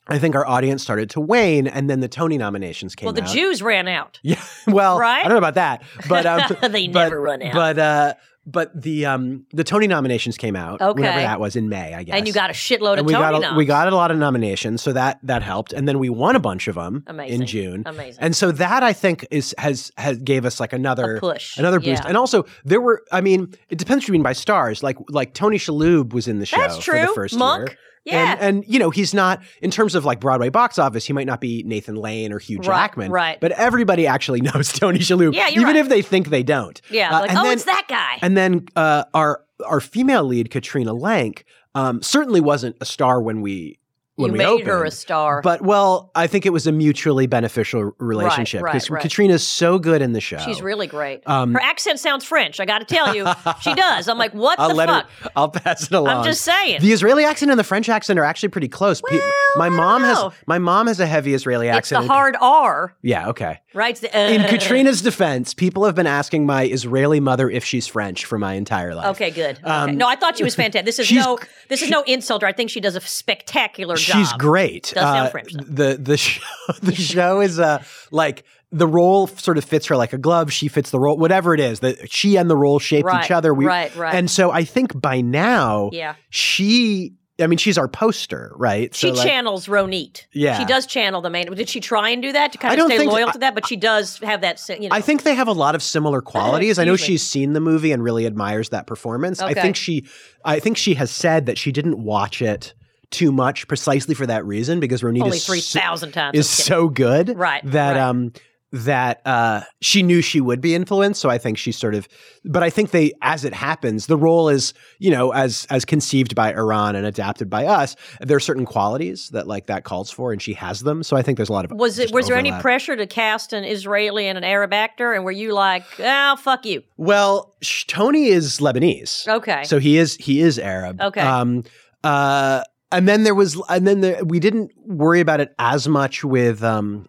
I think our audience started to wane, and then the Tony nominations came Well, the out. Jews ran out. Yeah. Well, Right? I don't know about that, but um, They but- never run out. But uh, but the um the Tony nominations came out. Okay. Whenever that was in May, I guess. And you got a shitload And of we Tony got a, noms. we got a lot of nominations, so that that helped, and then we won a bunch of them Amazing. in June, Amazing. and so that I think is has has gave us like another a push. another boost, Yeah. and also there were I mean it depends what you mean by stars, like like Tony Shalhoub was in the show That's true. for the first Monk. year. Yeah. And, and you know he's not in terms of like Broadway box office. He might not be Nathan Lane or Hugh Right, Jackman, right. But everybody actually knows Tony Shalhoub, Yeah, you're right. even if they think they don't. yeah. Uh, like, and oh, then- it's that guy. And then uh, our our female lead Katrina Lank um, certainly wasn't a star when we when you we made opened. her a star. but well, I think it was a mutually beneficial relationship right, right. Katrina's so good in the show. She's really great. Um, her accent sounds French. I got to tell you, she does. I'm like, what I'll the let fuck? her. I'll pass it along. I'm just saying. The Israeli accent and the French accent are actually pretty close. Pe- Well, I my don't mom know. has my mom has a heavy Israeli it's accent. the hard R, yeah, okay. right? It's the, In uh, Katrina's defense, people have been asking my Israeli mother if she's French for my entire life. Okay, good. Okay. Um, no, I thought she was fantastic. This is she's- no, this is no insult. Or I think she does a spectacular job. She's great. Uh, Does sound French, though. the the show, the show is uh like the role f- sort of fits her like a glove. She fits the role, whatever it is. That she and the role shaped Right, each other. right, right. And so I think by now, Yeah. she. I mean, she's our poster, right? She So, like, channels Ronit. Yeah. she does channel the main. Did she try and do that to I kind of don't stay think- loyal I- to that? But she does have that. se- You know, I think they have a lot of similar qualities. I know Excuse me. she's seen the movie and really admires that performance. Okay. I think she I think she has said that she didn't watch it too much precisely for that reason because Ronita only is three thousand times. is I'm kidding. so good Right, that right. um that uh she knew she would be influenced so i think she sort of but i think they as it happens the role is you know as as conceived by iran and adapted by us there are certain qualities that like that calls for and she has them so i think there's a lot of was it? just Was there any overlap. pressure to cast an Israeli and an Arab actor? And were you like, ah, fuck you? well sh- tony is lebanese Okay. So he is he is Arab. Okay. Um. Uh. And then there was, and then there, we didn't worry about it as much with um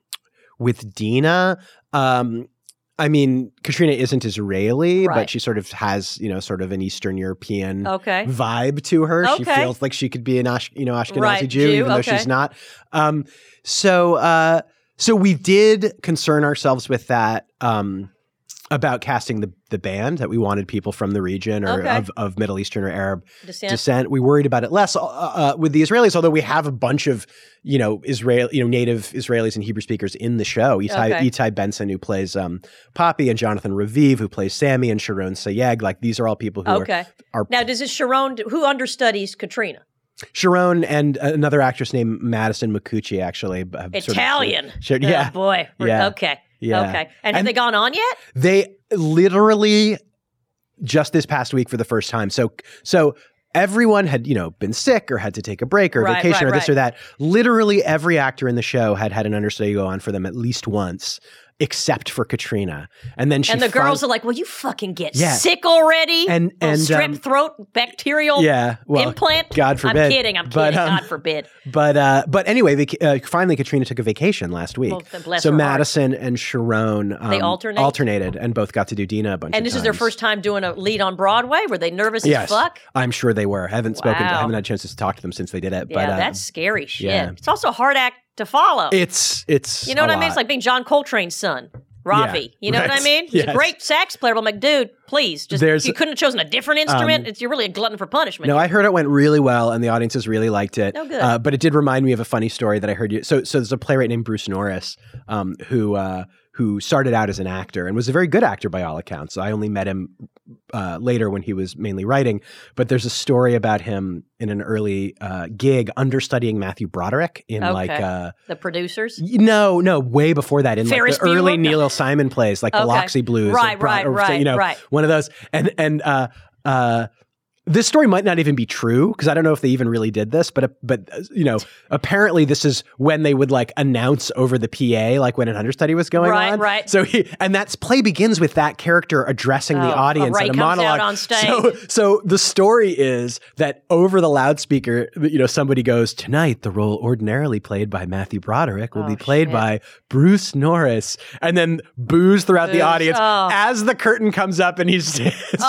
with Dina. Um. I mean, Katrina isn't Israeli, Right. but she sort of has you know sort of an Eastern European okay. vibe to her. She Okay. feels like she could be an Ash, you know Ashkenazi Right, Jew, Jew, even though okay. she's not. Um, so uh, so we did concern ourselves with that um, about casting the the band that we wanted people from the region or Okay. of, of Middle Eastern or Arab Descent. descent. We worried about it less uh, uh, with the Israelis, although we have a bunch of you know Israel, you know native Israelis and Hebrew speakers in the show. Itai, Okay. Itai Benson, who plays um, Poppy, and Jonathan Raviv, who plays Sammy, and Sharon Sayeg. Like these are all people who okay. are, are Now, does this Sharon who understudies Katrina? Sharon and uh, another actress named Madison McCucci actually b- have sort of- Italian. sure, Oh, yeah, boy. We're- Yeah. Okay. yeah. Okay. And have And- they gone on yet? They literally just this past week for the first time. So so everyone had you know been sick or had to take a break or Right, vacation right, or this right. or that. Literally every actor in the show had had an understudy go on for them at least once. except for Katrina. And then she and the fin- girls are like, "Well, you fucking get Yeah. sick already." and Little and strep um, throat bacterial yeah, well, implant. God forbid. I'm kidding. I'm But, kidding. um, God forbid. But uh, but anyway, vac- uh, finally Katrina took a vacation last week. Well, then bless so her heart. Madison and Sharon um, They alternate? alternated and both got to do Dina a bunch. And of this is their times. first time doing a lead on Broadway. Were they nervous Yes. as fuck? I'm sure they were. I haven't spoken. I Wow. haven't had a chance to talk to them since they did it. Yeah, but uh, that's scary shit. yeah. It's also a hard act to follow. it's it's you know a what I mean? lot. It's like being John Coltrane's son, Rafi. you know what right. I mean? He's a Yes. great sax player, but I'm like, dude, please, just There's- um, you couldn't have chosen a different instrument. it's, you're really a glutton for punishment. No, I heard it went really well, and the audiences really liked it. Oh, good. Uh, but it did remind me of a funny story that I heard you. So, so there's a playwright named Bruce Norris um, who uh, who started out as an actor and was a very good actor by all accounts. I only met him uh, later when he was mainly writing. But there's a story about him in an early uh, gig understudying Matthew Broderick in Okay. like. Uh, the producers. no, no, way before that in like Ferris the early Bueller? Neil Simon plays, like Okay. Biloxi Blues, or Right, Bro- right, or, right, you know, right. one of those. And and uh, uh, this story might not even be true because I don't know if they even really did this, but but uh, you know, apparently this is when they would like announce over the PA, like when an understudy was going Right, on. right. So he and that's play begins with that character addressing Oh, the audience right, at a comes out monologue on stage. So so the story is that over the loudspeaker, you know, somebody goes, "Tonight, the role ordinarily played by Matthew Broderick will Oh, be played shit. by Bruce Norris," and then boos throughout Boos, the audience oh. as the curtain comes up and he's st- standing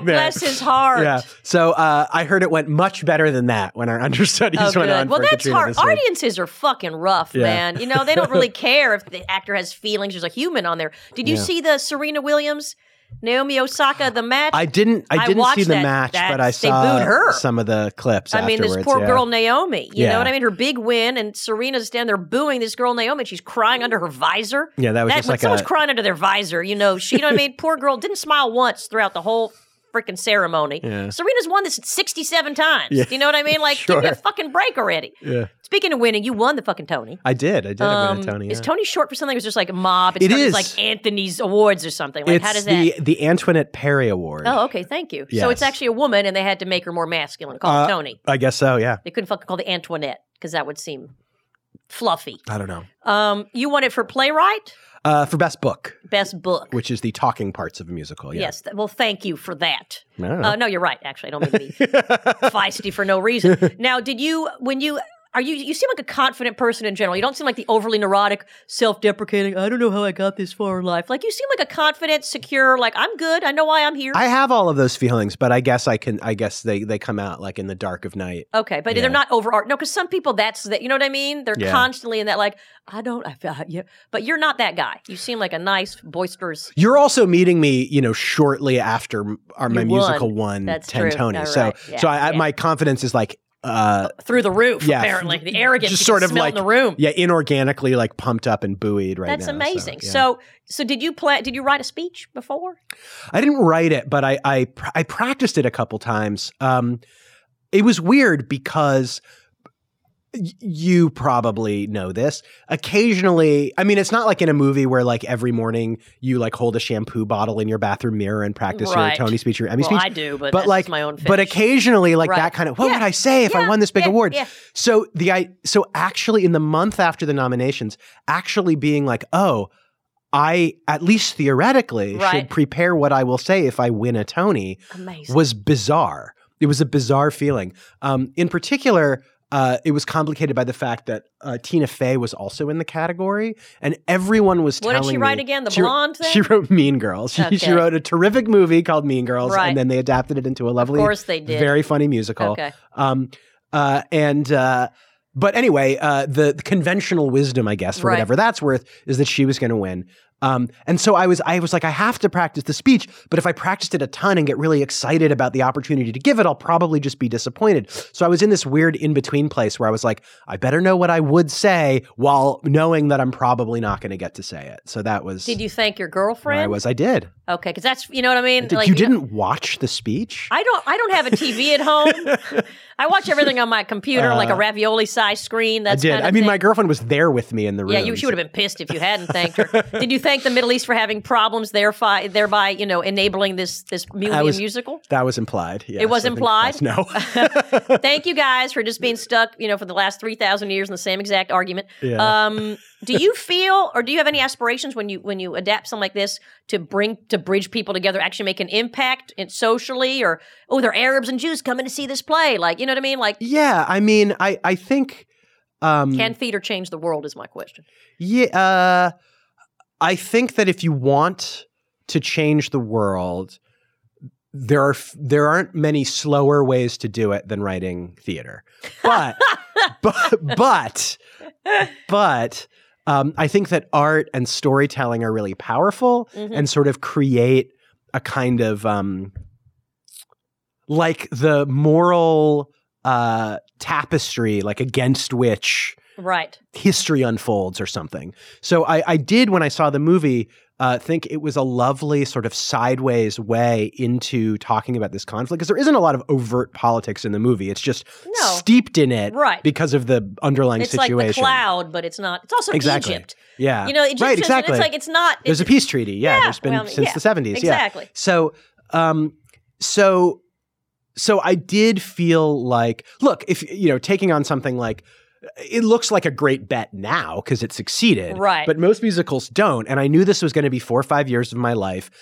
oh, there. bless his heart. Yeah. So uh, I heard it went much better than that when our understudies Oh, went good. on. well, for that's Katrina hard. This week. Audiences are fucking rough, Yeah. man. You know, they don't really care if the actor has feelings. There's a human on there. Did you Yeah. see the Serena Williams, Naomi Osaka, the match? I didn't. I I didn't see watched the that- match, but I that's- they saw booed her. some of the clips. I mean, this afterwards, poor yeah. girl Naomi. You Yeah. know what I mean? Her big win, and Serena's standing there booing this girl Naomi. and She's crying under her visor. Yeah, that was that, just when like someone's a- crying under their visor, you know, she, you know what I mean? Poor girl didn't smile once throughout the whole freaking ceremony. Yeah. Serena's won this 67 times. Yeah. You know what I mean? Like, give me Sure. a fucking break already. Yeah. Speaking of winning, you won the fucking Tony. I did. I did. I went Um, to Tony. Is yeah. Tony short for something? Or is it just like mob? It's It Tony's is. like Anthony's Awards or something. Like, it's how does that? the the Antoinette Perry Award. Oh, okay. Thank you. So Yes. it's actually a woman, and they had to make her more masculine. Call Uh, her Tony. I guess so. Yeah. They couldn't fucking call the Antoinette because that would seem fluffy. I don't know. Um, you won it for playwright, Uh, for best book, best book. which is the talking parts of a musical. Yeah. Yes. th- Well, thank you for that. I don't know. Uh, no, you're right. Actually, I don't mean to be feisty for no reason. Now, did you when you are you you seem like a confident person in general. You don't seem like the overly neurotic, self-deprecating. I don't know how I got this far in life. Like you seem like a confident, secure. Like I'm good. I know why I'm here. I have all of those feelings, but I guess I can. I guess they they come out like in the dark of night. Okay, but Yeah. they're not over art. No, because some people that's that. You know what I mean? They're Yeah. constantly in that. Like I don't. I, I yeah. But you're not that guy. You seem like a nice, boisterous. You're also meeting me, you know, shortly after m- our, my You won. musical one, That's Ten true. Tony. All So, right. Yeah, so I, I- yeah. my confidence is like, uh, Through the roof, Yeah, apparently. The arrogance just you sort can of smell like- in the room. yeah, inorganically like pumped up and buoyed right That's now. amazing. So, yeah. so, did you play? Did you write a speech before? I didn't write it, but I I, pr- I practiced it a couple times. Um, it was weird because y- you probably know this. Occasionally, I mean, it's not like in a movie where like every morning you like hold a shampoo bottle in your bathroom mirror and practice Right. your Tony speech, your Emmy well, speech. I do, but, but that's like- just my own. Finish. but occasionally, like Right. that kind of, what Yeah. would I say if I Yeah. won this big Yeah. award? Yeah. So the I so actually in the month after the nominations, actually being like, oh, I at least theoretically should Right. prepare what I will say if I win a Tony amazing. was bizarre. It was a bizarre feeling. Um, in particular, uh, it was complicated by the fact that uh, Tina Fey was also in the category, and everyone was What telling did she write me- again? The She- blonde thing. She wrote Mean Girls. She, she Okay. wrote a terrific movie called Mean Girls, Right. and then they adapted it into a of lovely, course they did. very funny musical. okay. Um, uh, and uh, but anyway, uh, the, the conventional wisdom, I guess, for Right. whatever that's worth, is that she was going to win. Um, and so I was, I was like, I have to practice the speech. But if I practiced it a ton and get really excited about the opportunity to give it, I'll probably just be disappointed. So I was in this weird in between place where I was like, I better know what I would say while knowing that I'm probably not going to get to say it. So that was Did you thank your where I girlfriend? was. I did. Okay, because that's you know what I mean. I did. Like, you didn't watch the speech. I don't. I don't have a TV at home. I watch everything on my computer, like a ravioli size screen. Uh-huh. I That's did. Kind of I mean, thing. my girlfriend was there with me in the room. yeah. You, she would have been pissed if you hadn't thanked her. Did you thank the Middle East for having problems, thereby, thereby you know, enabling this this Mulia was- musical. That was implied. Yes, It was I think implied? that's- No. Thank you guys for just being stuck, you know, for the last 3,000 years in the same exact argument. Yeah. Um, do you feel or do you have any aspirations when you when you adapt something like this to bring to bridge people together, actually make an impact in socially or oh, there are Arabs and Jews coming to see this play. Like, you know what I mean? Like yeah. I mean, I I think. Um, can theater change the world is my question. Yeah, uh, I think that if you want to change the world, there are f- there aren't many slower ways to do it than writing theater. But but but but um, I think that art and storytelling are really powerful Mhm. and sort of create a kind of um, like the moral uh, tapestry, like against which Right. history unfolds or something. So I, I did when I saw the movie uh, think it was a lovely sort of sideways way into talking about this conflict because there isn't a lot of overt politics in the movie. It's just No. steeped in it Right. because of the underlying It's situation. like the cloud, but it's not. It's also Exactly. Egypt. Yeah. You know, Egyptians, and exactly. it's like it's not there's a it's- peace treaty. Yeah, Yeah, there's been well, since yeah, the 70s. Yeah. exactly. So, um, so, so I did feel like, look, if you know, taking on something like it looks like a great bet now because it succeeded, Right. But most musicals don't, and I knew this was going to be four or five years of my life.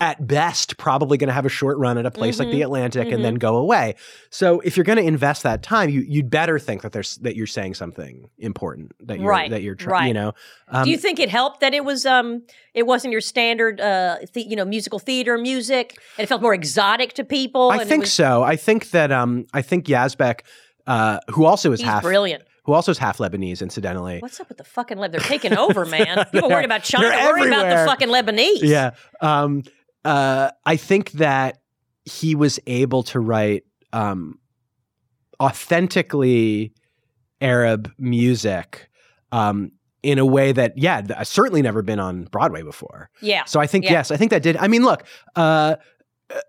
At best, probably going to have a short run at a place like the Atlantic mhm. and then go away. So, if you're going to invest that time, you you'd better think that there's that you're saying something important that you're Right, that you're trying. right. You know, um, Do you think it helped that it was um it wasn't your standard uh the, you know musical theater music and it felt more exotic to people? I and it think was- so. I think that um, I think Yazbek, uh, who also is He's half brilliant. who also is half Lebanese, incidentally. What's up with the fucking Leb? They're taking over, man. People worried about China. They're Worry about the everywhere. fucking Lebanese. Yeah. Um, uh, I think that he was able to write um, authentically Arab music um, in a way that, yeah, th- I've certainly never been on Broadway before. Yeah. So I think Yeah. yes, I think that did. I mean, look, uh, uh,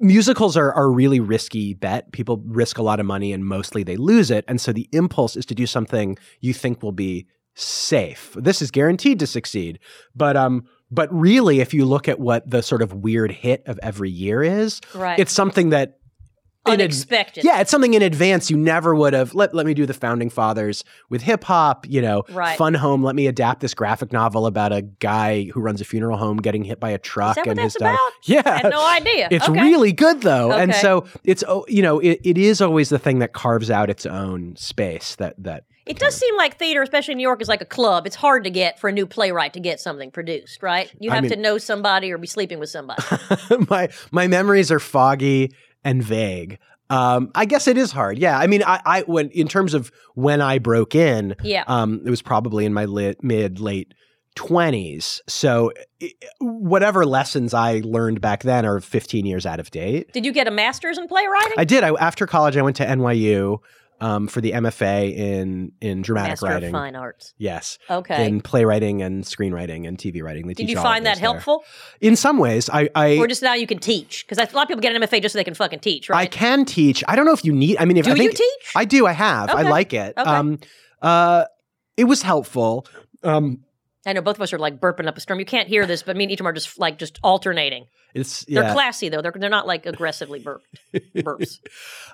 musicals are are a really risky bet. People risk a lot of money, and mostly they lose it. And so the impulse is to do something you think will be safe. This is guaranteed to succeed, but um. But really, if you look at what the sort of weird hit of every year is, Right. it's something that in ad- unexpected. yeah, it's something in advance you never would have. Let, let me do the founding fathers with hip hop, you know, Right. fun home. Let me adapt this graphic novel about a guy who runs a funeral home getting hit by a Is truck that what and his that's dog. about? I Yeah. had no idea. It's okay. really good though. And Okay. so it's oh, you know, it, it is always the thing that carves out its own space that that It does seem like theater, especially in New York, is like a club. It's hard to get for a new playwright to get something produced, right? You I have mean- to know somebody or be sleeping with somebody. my my memories are foggy and vague. Um, I guess it is hard. Yeah. I mean, I, I when in terms of when I broke in, Yeah. um, it was probably in my lit, mid late twenties. So i whatever lessons I learned back then are 15 years out of date. Did you get a master's in playwriting? I did. I after college, I went to NYU um, for the MFA in in dramatic Master writing. of Fine Arts. Yes, Okay. in playwriting and screenwriting and TV writing. They Did teach you all of find that those there. helpful, In some ways, I, I or just now you can teach? Because a lot of people get an MFA just so they can fucking teach, I right? can teach. I don't know if you need. I mean, if Do I think you teach? I do. I have. I Okay. like it. Okay. Um, uh, it was helpful. Um, I know both of us are like burping up a storm. You can't hear this, but me and each are just like just alternating. it's They're yeah. classy though. They're they're not like aggressively burped burps.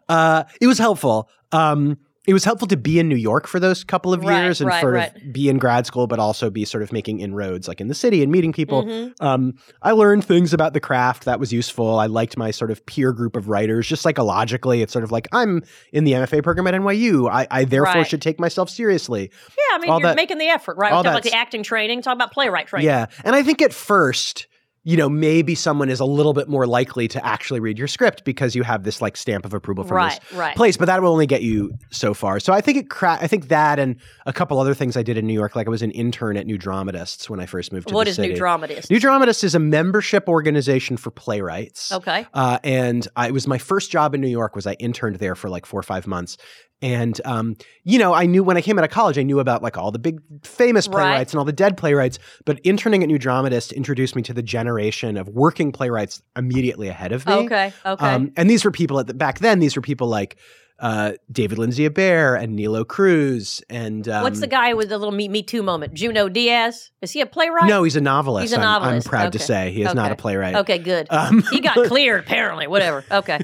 uh, it was helpful. Um, it was helpful to be in New York for those couple of Right, years and right, sort right. of be in grad school, but also be sort of making inroads like in the city and meeting people. Mhm. Um, I learned things about the craft that was useful. I liked my sort of peer group of writers, just psychologically. It's sort of like I'm in the MFA program at NYU. I, I therefore Right. should take myself seriously. Yeah, I mean All you're that- making the effort, right? We all talk about that's- the acting training. Talk about playwright training. Yeah. And I think at first, you know, maybe someone is a little bit more likely to actually read your script because you have this like stamp of approval from Right, this right. place, but that will only get you so far. So I think it cra- I think that and a couple other things I did in New York, like I was an intern at New Dramatists when I first moved to What the is city. new dramatist? New Dramatists is a membership organization for playwrights. okay. Uh, and I, it was my first job in New York. Was I interned there for like four or five months, and um, you know, I knew when I came out of college, I knew about like all the big famous Right. playwrights and all the dead playwrights. But interning at New Dramatist introduced me to the generation of working playwrights immediately ahead of me. Okay. Okay. Um, and these were people at the, back then. These were people like uh, David Lindsay Bear and Nilo Cruz and um, What's the guy with the little Me, Me Too moment? Juno Diaz? Is he a playwright? No, he's a novelist. He's a I'm- novelist. I'm, proud to Okay. say he is not Okay. a playwright. Okay, good. Um, he got cleared, apparently. Whatever. Okay.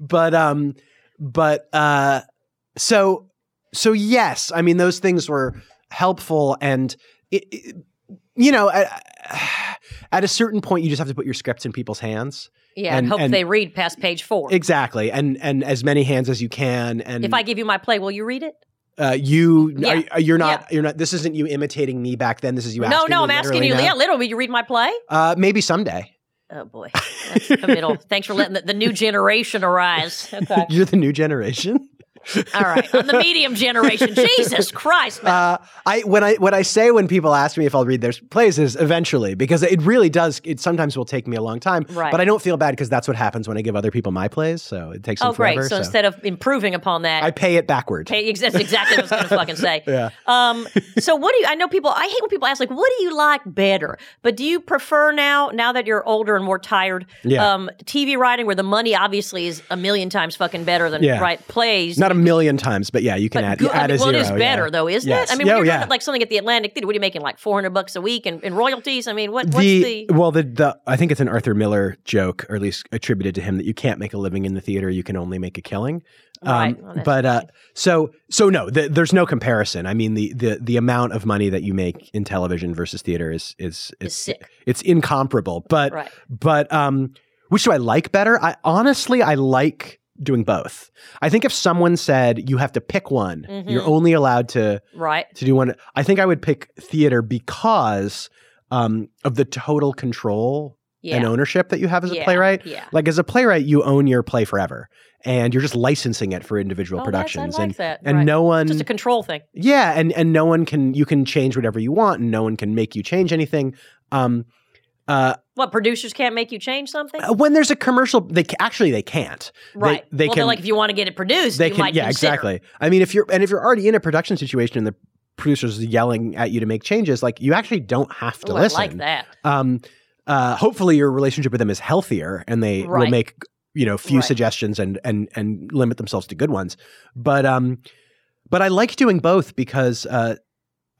but um but uh so so yes i mean those things were helpful and it, it- you know at, at a certain point you just have to put your scripts in people's hands Yeah, and, And- hope and- they read past page four. exactly and and as many hands as you can and if I give you my play, will you read it? uh, you Yeah. are, you're not you're not this isn't you imitating me back then this is you no, asking no, me I'm asking literally you. now. Yeah, literally, will you read my play? uh maybe someday Oh, boy. That's committal. Thanks for letting the, the new generation arise. Okay. you're the new generation All right. On the medium generation. Jesus Christ, man. Uh, I when I what I say when people ask me if I'll read their plays is eventually because it really does. It sometimes will take me a long time, Right. but I don't feel bad because that's what happens when I give other people my plays. So it takes oh, them forever. great. So so instead of improving upon that, I pay it backward. Hey, ex- that's exactly what I was going to fucking say. Yeah. Um, so what do you, I know people, I hate when people ask like, what do you like better? But do you prefer now, now that you're older and more tired, Yeah. um, TV writing where the money obviously is a million times fucking better than Yeah. right plays? Not a million times, but yeah, you can add, good- add I mean, a well, zero. it is better yeah. though, isn't Yes. it? I mean, when Oh, you're yeah. talking like something at the Atlantic Theater, what are you making like 400 bucks a week in, in royalties? I mean, what, what's The, the, well, the, the I think it's an Arthur Miller joke, or at least attributed to him, that you can't make a living in the theater; you can only make a killing. Right. Well, that's but uh, right. so so no, the, there's no comparison. I mean, the, the the amount of money that you make in television versus theater is is Is sick. It's incomparable. But right. but um, which do I like better? I honestly I like doing both. I think if someone said you have to pick one, Mhm. you're only allowed to Right. to do one. I think I would pick theater because um, of the total control Yeah. and ownership that you have as a Yeah. playwright. Yeah. Like as a playwright, you own your play forever, and you're just licensing it for individual Oh, that's- I productions, like and that. and Right. no one, Just a control thing. yeah, and and no one can you can change whatever you want, and no one can make you change anything. Um, uh, What producers can't make you change something? when there's a commercial, they ca- actually they can't. Right. Oh, they well, they're can- like if you want to get it produced, They you might can, yeah, consider. exactly. I mean, if you're and if you're already in a production situation and the producers yelling at you to make changes, like you actually don't have to Ooh, listen. I like that. um, uh, hopefully your relationship with them is healthier and they Right. will make you know few Right. suggestions and and and limit themselves to good ones but um but i like doing both because uh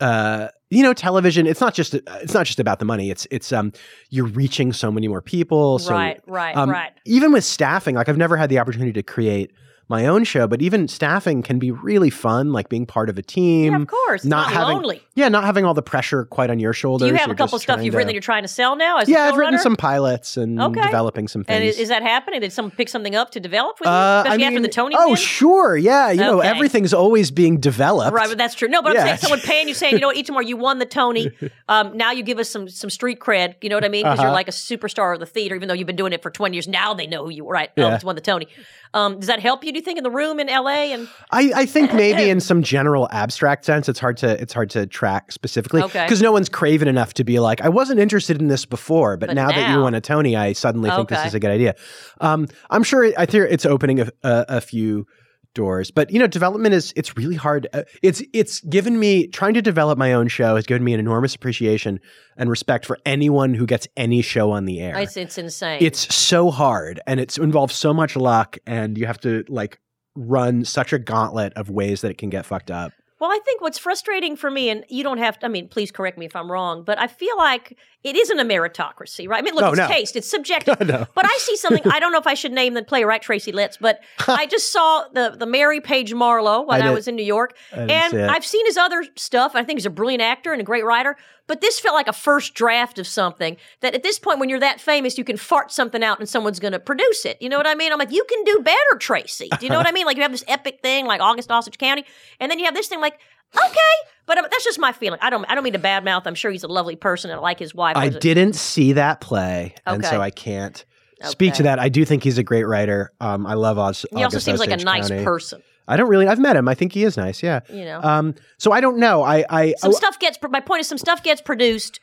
uh you know television it's not just uh, it's not just about the money it's it's um you're reaching so many more people so right, right, um, right. even with staffing like i've never had the opportunity to create my own show but even staffing can be really fun like being part of a team Yeah, of course. It's not not having- lonely. yeah, not having all the pressure quite on your Do shoulders you have a You're couple just stuff trying you've to- written that you're trying to sell now? As a yeah, I've written showrunner? some pilots and Okay. developing some things. And is, is that happening? Did someone pick something up to develop with you, Uh, I especially mean, after the Tony? Oh, win? sure. Yeah. You know, Okay. everything's always being developed. Right, but that's true. No, but I'm Yeah. saying someone paying you, saying, you know what, Itamar, you won the Tony. Um, now you give us some some street cred. You know what I mean? Because you're Uh-huh. like a superstar of the theater, even though you've been doing it for 20 years. Now they know who you are. Right, Yeah. oh, it's won the Tony. Um, does that help you? Do you think in the room in L.A. and I, I think maybe in some general abstract sense, it's hard to it's hard to track specifically Okay. because no one's craven enough to be like, I wasn't interested in this before, but, But now, that you now- won a Tony, I suddenly think this Okay. is a good idea. Um, I'm sure I think it's opening a, a, a few doors, but you know, development is it's really hard. Uh, it's it's given me trying to develop my own show has given me an enormous appreciation and respect for anyone who gets any show on the air. it's, it's insane. It's so hard and it's involves so much luck and you have to like run such a gauntlet of ways that it can get fucked up. Well, I think what's frustrating for me, and you don't have to, I mean, please correct me if I'm wrong, but I feel like it isn't a meritocracy, right? I mean, look, No, it's no. taste, it's subjective. no. But I see something, I don't know if I should name the playwright Tracy Letts, but I just saw the, the Mary Page Marlowe when I I, did- was in New York. I didn't and see it. I've seen his other stuff. I think he's a brilliant actor and a great writer. But this felt like a first draft of something that at this point, when you're that famous, you can fart something out and someone's going to produce it. You know what I mean? I'm like, you can do better, Tracy. Do you know what I mean? Like, you have this epic thing like August Osage County, and then you have this thing like, okay. But um, that's just my feeling. I don't. I don't mean to badmouth. I'm sure he's a lovely person and I like his wife. I Was it- didn't see that play and Okay. so I can't speak Okay. to that. I do think he's a great writer. Um I love Oz. He also August seems like a Osage nice County. person. I don't really I've met him. I think he is nice. Yeah. You know. Um so I don't know. I I some stuff gets my point is some stuff gets produced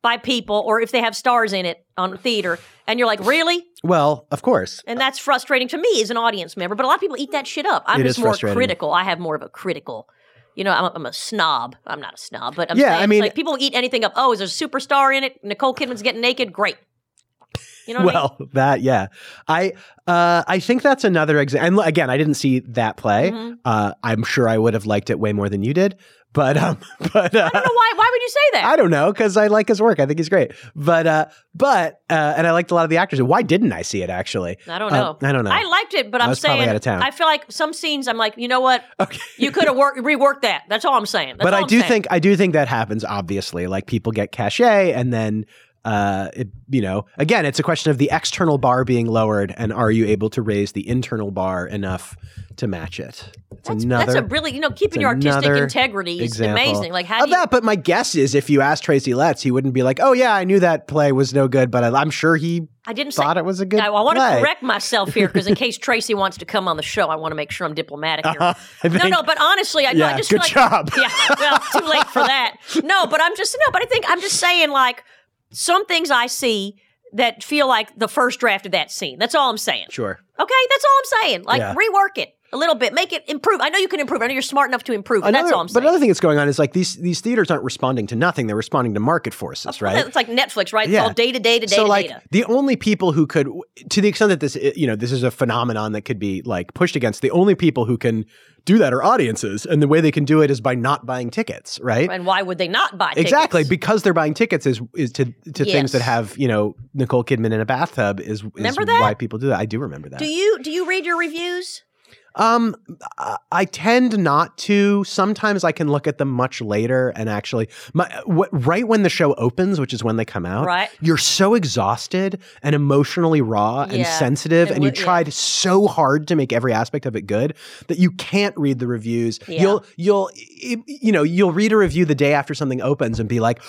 by people or if they have stars in it on theater and you're like really oh, well, of course. and that's frustrating to me as an audience member but a lot of people eat that shit up i'm It just is more frustrating. critical i have more of a critical you know, I'm a, I'm a snob. I'm not a snob, but I'm Yeah, saying I it's mean- like people eat anything up. Oh, is there a superstar in it? Nicole Kidman's getting naked. Great. You know what I mean? well, that yeah, I uh, I think that's another example. And l- again, I didn't see that play. Mhm. Uh, I'm sure I would have liked it way more than you did, but um, but I uh, don't know why. Why would you say that? I don't know because I like his work. I think he's great. But uh, but uh, and I liked a lot of the actors. Why didn't I see it actually? I don't know. Um, I don't know. I liked it, but I I'm was probably saying out of town. I feel like some scenes I'm like, you know what? Okay. You could have worked reworked that. That's all I'm saying. That's but all I I'm do saying. think I do think that happens. Obviously, like people get cachet, and then uh, it, you know, again, it's a question of the external bar being lowered, and are you able to raise the internal bar enough to match it? It's that's, another that's a really you know keeping it's your artistic another integrity is example amazing. Like how of do you, that. But my guess is, if you asked Tracy Letts, he wouldn't be like, "Oh yeah, I knew that play was no good, but I, I'm sure he I didn't say. thought it was a good." I, I want to play." correct myself here because in case Tracy wants to come on the show, I want to make sure I'm diplomatic here. Uh-huh. I No, think- no, but honestly, I, no, Yeah, I just good feel like job. yeah, well, too late for that. No, but I'm just no, but I think I'm just saying like some things I see that feel like the first draft of that scene. That's all I'm saying. Sure. Okay, that's all I'm saying. Like Yeah. rework it a little bit, make it improve. I know you can improve. I know you're smart enough to improve. but that's all I'm But saying. another thing that's going on is like these these theaters aren't responding to nothing; they're responding to market forces, right? It's like Netflix, right? Yeah. It's all day to day to day so to like data. the only people who could to the extent that this you know this is a phenomenon that could be like pushed against the only people who can do that are audiences and the way they can do it is by not buying tickets right And why would they not buy tickets? exactly because they're buying tickets is is to to Yes. things that have you know nicole kidman in a bathtub is, is Remember that? why people do that i do remember that Do you do you read your reviews? um, I- I tend not to. Sometimes I can look at them much later and actually, my what right when the show opens, which is when they come out. Right. You're so exhausted and emotionally raw and Yeah. sensitive, It and you would- yeah. tried so hard to make every aspect of it good that you can't read the reviews. Yeah. You'll you'll it- you know you'll read a review the day after something opens and be like.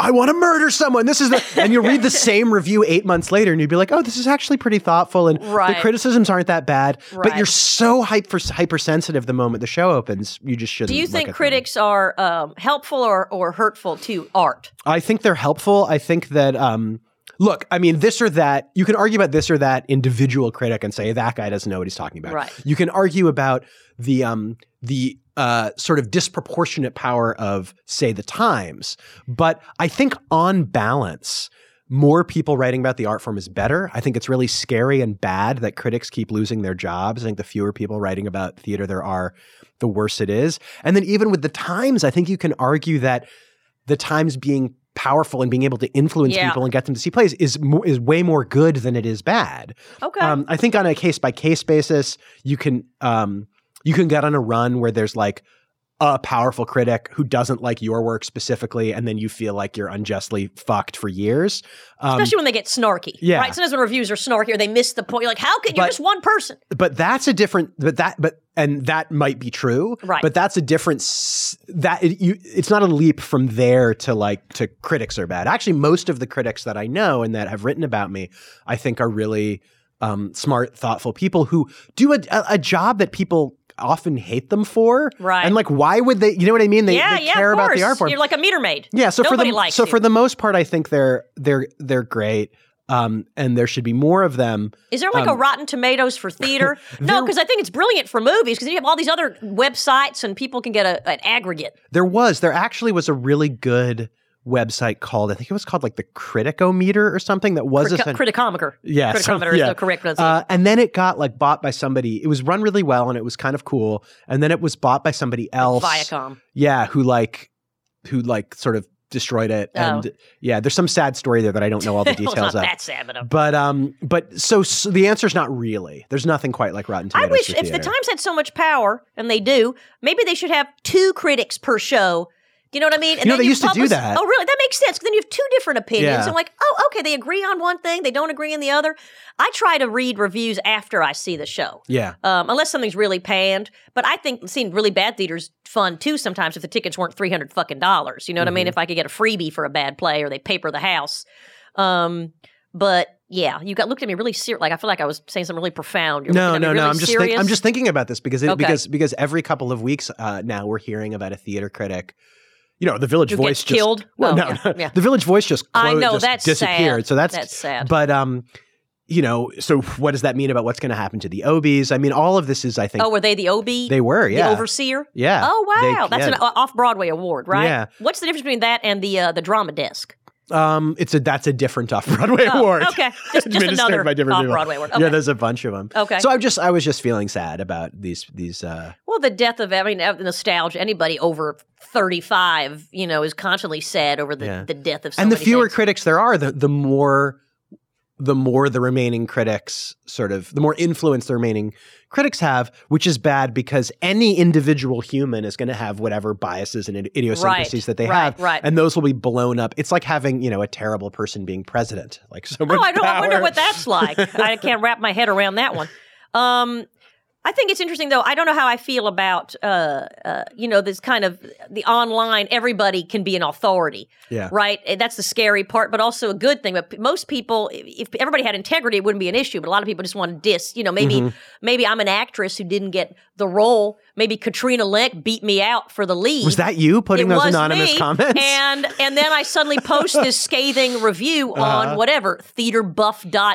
I want to murder someone. This is the, and you'll read the same review eight months later, and you'd be like, "Oh, this is actually pretty thoughtful, and Right. the criticisms aren't that bad." But Right. you're so hyper hypersensitive the moment the show opens. You just shouldn't. Do you look think at them. critics are um, helpful or, or hurtful to art? I think they're helpful. I think that. Um, Look, I mean, this or that, you can argue about this or that individual critic and say that guy doesn't know what he's talking about. Right. You can argue about the um, the uh, sort of disproportionate power of, say, the Times. But I think on balance, more people writing about the art form is better. I think it's really scary and bad that critics keep losing their jobs. I think the fewer people writing about theater there are, the worse it is. And then even with the Times, I think you can argue that the Times being powerful and being able to influence Yeah. people and get them to see plays is mo- is way more good than it is bad. Okay. Um, I think on a case by case basis, you can um, you can get on a run where there's like a powerful critic who doesn't like your work specifically, and then you feel like you're unjustly fucked for years. Um, Especially when they get snarky. yeah. Right? Sometimes when reviews are snarky or they miss the point. You're like, how can you're But- just one person? but that's a different. But that. But and that might be true. Right. But that's a different. s- That it, you. It's not a leap from there to like to critics are bad. Actually, most of the critics that I know and that have written about me, I think are really um, smart, thoughtful people who do a, a, a job that people often hate them for. Right. And like, why would they? You know what I mean? They, yeah, they yeah, care of about course. the art form. You're like a meter maid. Yeah, so for Nobody the likes so you. for the most part, I think they're they're they're great, um, and there should be more of them. Is there like a Rotten Tomatoes for theater? no, um, there- because I think it's brilliant for movies because you have all these other websites and people can get a, an aggregate. There was there actually was a really good website called I think it was called like the Criticometer or something that was Critica- essen- Criticometer. Yeah, some- Criticometer is yeah. the correct pronunciation. Uh, and then it got like bought by somebody. It was run really well, and it was kind of cool. And then it was bought by somebody else. Viacom. Yeah, who like who like sort of destroyed it. Oh. And yeah, there's some sad story there that I don't know all the well, Oh, it's details not of. that sad, but um, But um, but so, so the answer's not really. There's nothing quite like Rotten I Tomatoes. wish for if the theater. Times had so much power, and they do, maybe they should have two critics per show. You know what I mean? And You know, then they used to do publish- that. Oh, really? That makes sense. 'cause Then you have two different opinions. Yeah. And like, oh, okay, they agree on one thing, they don't agree on the other. I try to read reviews after I see the show. Yeah. um, unless something's really panned. But I think seeing really bad theaters fun too sometimes if the tickets weren't three hundred fucking dollars. You know what I Mm-hmm. mean? If I could get a freebie for a bad play or they paper the house. Um, but yeah, you got looked at me really serious. Like I feel like I was saying something really profound. You're No, looking at me no, no. really I'm just serious. think, I'm just thinking about this because it, Okay. because because every couple of weeks uh, now we're hearing about a theater critic. You know, the Village Who Voice gets just killed? Oh, Well, no, yeah, no. yeah. the Village Voice just I closed- know, just that's disappeared. sad. So that's That's sad. But um, you know, so what does that mean about what's going to happen to the Obies? I mean, all of this is, I think, oh, were they the OB? they were, yeah, the overseer. yeah. Oh They- wow, that's an yeah. off Broadway award, right? Yeah. What's the difference between that and the uh, the drama desk? Um, it's a that's a different off Broadway Oh, award. okay. Just- just Administered another by different people. off-Broadway award. Yeah, Okay. there's a bunch of them. Okay. So I'm just I was just feeling sad about these these. Uh, Well, the death of I mean of nostalgia. Anybody over thirty five, you know, is constantly sad over the, Yeah. the death of. So and the many fewer things. critics there are, the the more the more the remaining critics sort of the more influence the remaining critics have, which is bad because any individual human is going to have whatever biases and id- idiosyncrasies that they right, have, right. and those will be blown up. It's like having you know a terrible person being president, like so much oh, I don't. I wonder power. what that's like. I can't wrap my head around that one. Um, I think it's interesting though. I don't know how I feel about uh, uh, you know, this kind of the online. Everybody can be an authority, Yeah. right? And That's the scary part, but also a good thing. But p- most people, i- if everybody had integrity, it wouldn't be an issue. But a lot of people just want to diss. You know, maybe Mm-hmm. maybe I'm an actress who didn't get the role. Maybe Katrina Leck beat me out for the lead. Was that you putting It those was anonymous me, comments? And and then I suddenly post this scathing review Uh-huh. on whatever theaterbuff.gov.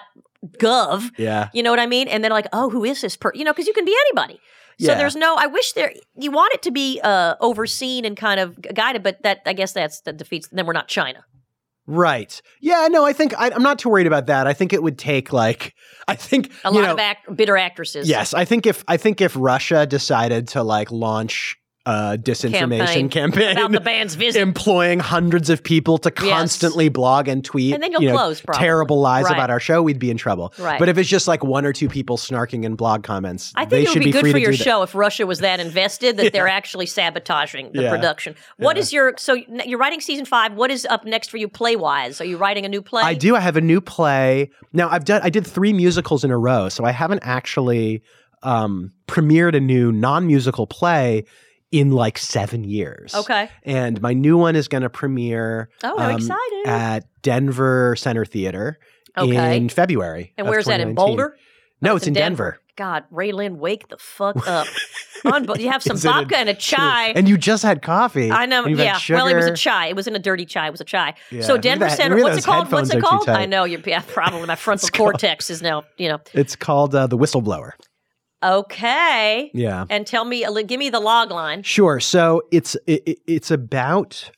yeah. You know what I mean? And then like, oh, who is this person? You know, because you can be anybody. So Yeah. there's no. I wish there. You want it to be uh, overseen and kind of guided, but that I guess that's that defeats. Then we're not China. Right. Yeah. No, I think I, I'm not too worried about that. I think it would take like I think A you lot know, of act- bitter actresses. Yes, I think if I think if Russia decided to like launch a disinformation campaign, about the band's visit. employing hundreds of people to Yes. constantly blog and tweet, And then you'll you know, close, probably. terrible lies Right. about our show, we'd be in trouble. Right. But if it's just like one or two people snarking in blog comments, I they think it should would be, good free for to your do that. show if Russia was that invested that they're actually sabotaging the Yeah. production. What is your so you're writing season five? What is up next for you play wise? Are you writing a new play? I do. I have a new play now. I've done. I did three musicals in a row, so I haven't actually um, premiered a new non-musical play in like seven years. Okay. And my new one is going to premiere. um, Oh, I'm excited. At Denver Center Theater Okay. in February. And of where's that in 2019. Boulder? Oh, No, it's in Denver. God, Raylan, wake the fuck up! Unbe- you have some Is it in- vodka and a chai. And you just had coffee. I know. and you've had Yeah. Well, it was a sugar. chai. It wasn't a dirty chai. It was a chai. Yeah. So Maybe Denver that- Center. maybe What's it those called? What's it headphones are too called? I tight. know. You're, yeah, probably my frontal cortex is now. You know. It's called uh, the Whistle Blower. Okay. Yeah. And tell me, uh, give me the log line. Sure. So it's it, it- it's about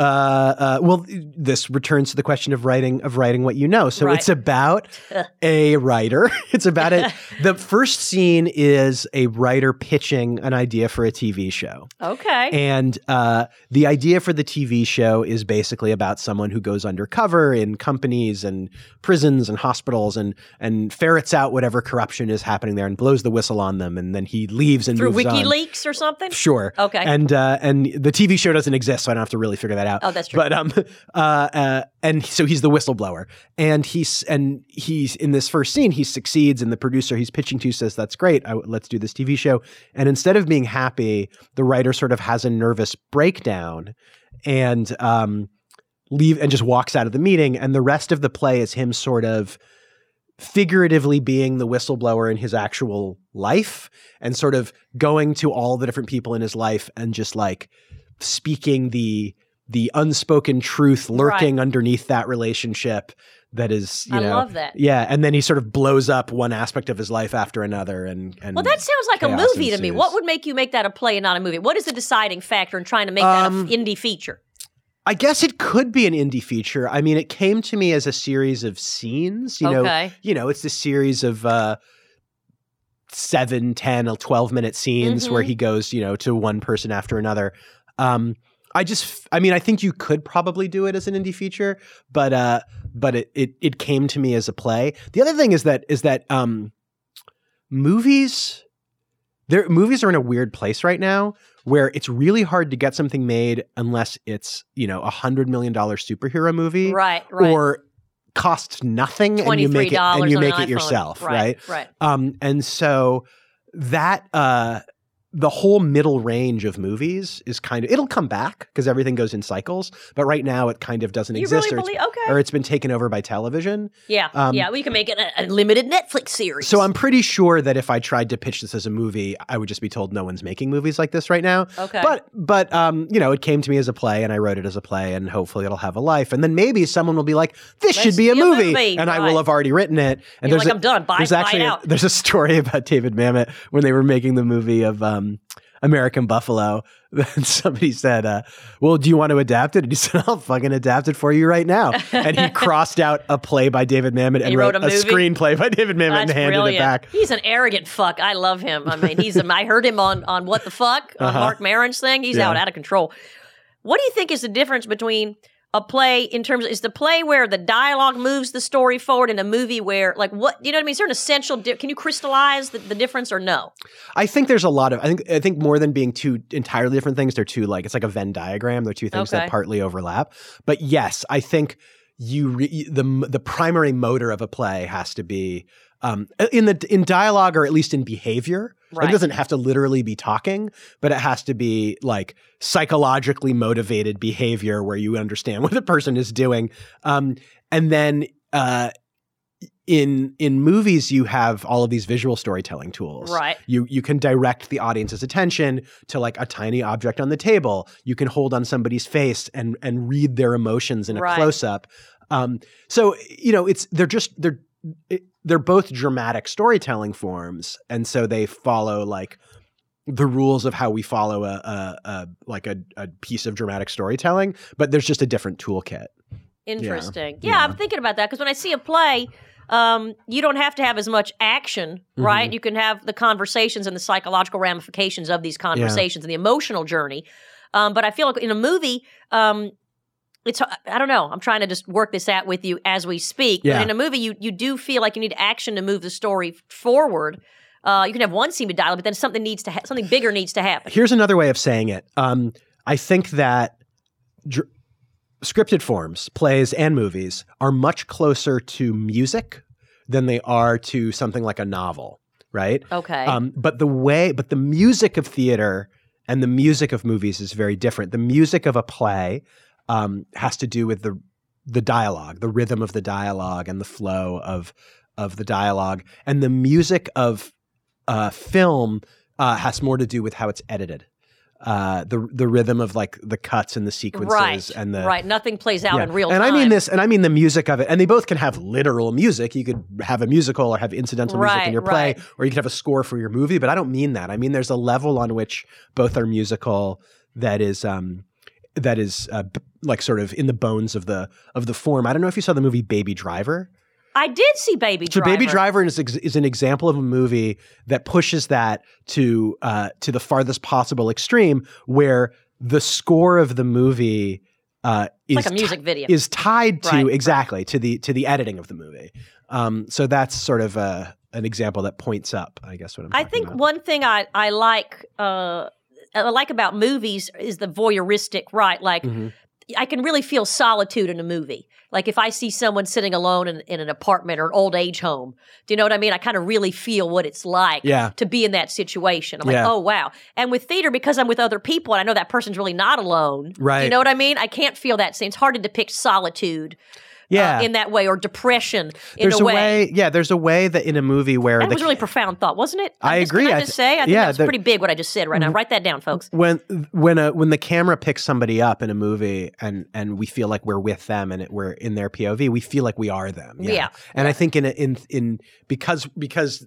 uh, uh well this returns to the question of writing of writing what you know. So Right. it's about a writer. It's about it. The first scene is a writer pitching an idea for a TV show. Okay. And uh, the idea for the TV show is basically about someone who goes undercover in companies and prisons and hospitals and and ferrets out whatever corruption is happening there and blows the whistle on them and then he leaves and Through moves on. WikiLeaks or something. Sure. Okay. And uh, and the TV show doesn't exist, so I don't have to really figure that out. Oh, that's true. But um, uh, uh, and so he's the whistleblower, and he's and he's in this first scene, he succeeds, and the producer he's pitching to says, "That's great, I, let's do this TV show." And instead of being happy, the writer sort of has a nervous breakdown, and um, leave and just walks out of the meeting, and the rest of the play is him sort of figuratively being the whistleblower in his actual life and sort of going to all the different people in his life and just like speaking the the unspoken truth lurking underneath that relationship that is you I know love that. yeah and then he sort of blows up one aspect of his life after another and and Well, that sounds like a chaos movie to me. ensues. What would make you make that a play and not a movie? What is the deciding factor in trying to make that an Um, indie feature? I guess it could be an indie feature. I mean, it came to me as a series of scenes. You know, Okay. you know, it's this series of uh, seven, ten, or twelve minute scenes where Mhm. he goes, you know, to one person after another. Um, I just, I mean, I think you could probably do it as an indie feature, but uh, but it it it came to me as a play. The other thing is that is that um, movies there movies are in a weird place right now where it's really hard to get something made unless it's you know a hundred million dollar superhero movie Right, right. or costs nothing and you make it $23 and you on an make it iPhone. yourself right, Right. right. um and so that uh the whole middle range of movies is kind of it'll come back because everything goes in cycles but right now it kind of doesn't You exist really or, it's- believe? Okay. or it's been taken over by television yeah. um, yeah. We can make it a, a limited Netflix series. so I'm pretty sure that if I tried to pitch this as a movie, I would just be told no one's making movies like this right now. Okay. But but um, you know, it came to me as a play and I wrote it as a play and hopefully it'll have a life. And then maybe someone will be like, This Let's should be a, be a movie. movie, And I right. will have already written it. And You're there's like, a- "I'm done. Bye- there's bye actually a- out." there's a story about David Mamet when they were making the movie of um American Buffalo. Then somebody said, uh, "Well, do you want to adapt it?" And he said, "I'll fucking adapt it for you right now." And he crossed out a play by David Mamet and, he wrote, wrote a, a movie? screenplay by David Mamet and That's handed brilliant. it back. He's an arrogant fuck. I love him. I mean, he's. I heard him on on what the fuck on Uh-huh. Mark Maron's thing. He's Yeah. out out of control. What do you think is the difference between a play in terms of, is the play where the dialogue moves the story forward and a movie where like what you know what I mean? Is there an essential? Di- can you crystallize the, the difference or no? I think there's a lot of I think I think more than being two entirely different things, they're two like it's like a Venn diagram. They're two things that Okay. partly overlap. But yes, I think you re, the the primary motor of a play has to be um, in the in dialogue or at least in behavior. Like, Right. It doesn't have to literally be talking, but it has to be like psychologically motivated behavior where you understand what the person is doing. Um, and then uh, in in movies, you have all of these visual storytelling tools. Right. You you can direct the audience's attention to like a tiny object on the table. You can hold on somebody's face and and read their emotions in a Right. close up. Um, so you know it's they're just they're it, they're both dramatic storytelling forms, and so they follow like the rules of how we follow a, a, a like a, a piece of dramatic storytelling. But there's just a different toolkit. Interesting. Yeah, Yeah. I'm thinking about that because when I see a play, um, you don't have to have as much action, Mm-hmm. right? You can have the conversations and the psychological ramifications of these conversations and the emotional journey. Um, but I feel like in a movie, um, it's I don't know. I'm trying to just work this out with you as we speak. Yeah. But in a movie, you you do feel like you need action to move the story forward. Uh, you can have one scene to dialogue, but then something needs to ha- something bigger needs to happen. Here's another way of saying it. Um, I think that dr- scripted forms, plays, and movies are much closer to music than they are to something like a novel, right? Okay. Um, but the way, but the music of theater and the music of movies is very different. The music of a play um, has to do with the the dialogue, the rhythm of the dialogue, and the flow of of the dialogue, and the music of uh, film uh, has more to do with how it's edited. Uh, the the rhythm of like the cuts and the sequences right. and the right. Nothing plays out yeah. in real and time. I mean this, and I mean the music of it. And they both can have literal music. You could have a musical or have incidental music in Right, your play, right. or you could have a score for your movie. But I don't mean that. I mean there's a level on which both are musical that is um, that is uh, b- like sort of in the bones of the of the form. I don't know if you saw the movie Baby Driver. I did see Baby So Driver. Baby Driver is ex- is an example of a movie that pushes that to uh, to the farthest possible extreme, where the score of the movie uh, is It's like a music video. is tied to Right, right. exactly to the to the editing of the movie. Um, so that's sort of a, an example that points up, I guess. What I'm I talking think uh, about. one thing I I like uh, I like about movies is the voyeuristic, right? Like Mhm. I can really feel solitude in a movie. Like if I see someone sitting alone in, in an apartment or an old age home, do you know what I mean? I kind of really feel what it's like Yeah. to be in that situation. I'm like, Yeah. oh wow. And with theater, because I'm with other people and I know that person's really not alone. Do Right. you know what I mean? I can't feel that same. It's hard to depict solitude uh, yeah. in that way or depression in there's a way. yeah, there's a way that in a movie where That the was a really profound thought, wasn't it? I just- agree. Can I I th- just say, I think yeah, Mm-hmm. that's there- pretty big what I just said right now. Write that down, folks. when when a when the camera picks somebody up in a movie and and we feel like we're with them and it, we're in their POV, we feel like we are them. Yeah. And I think in a, in in because because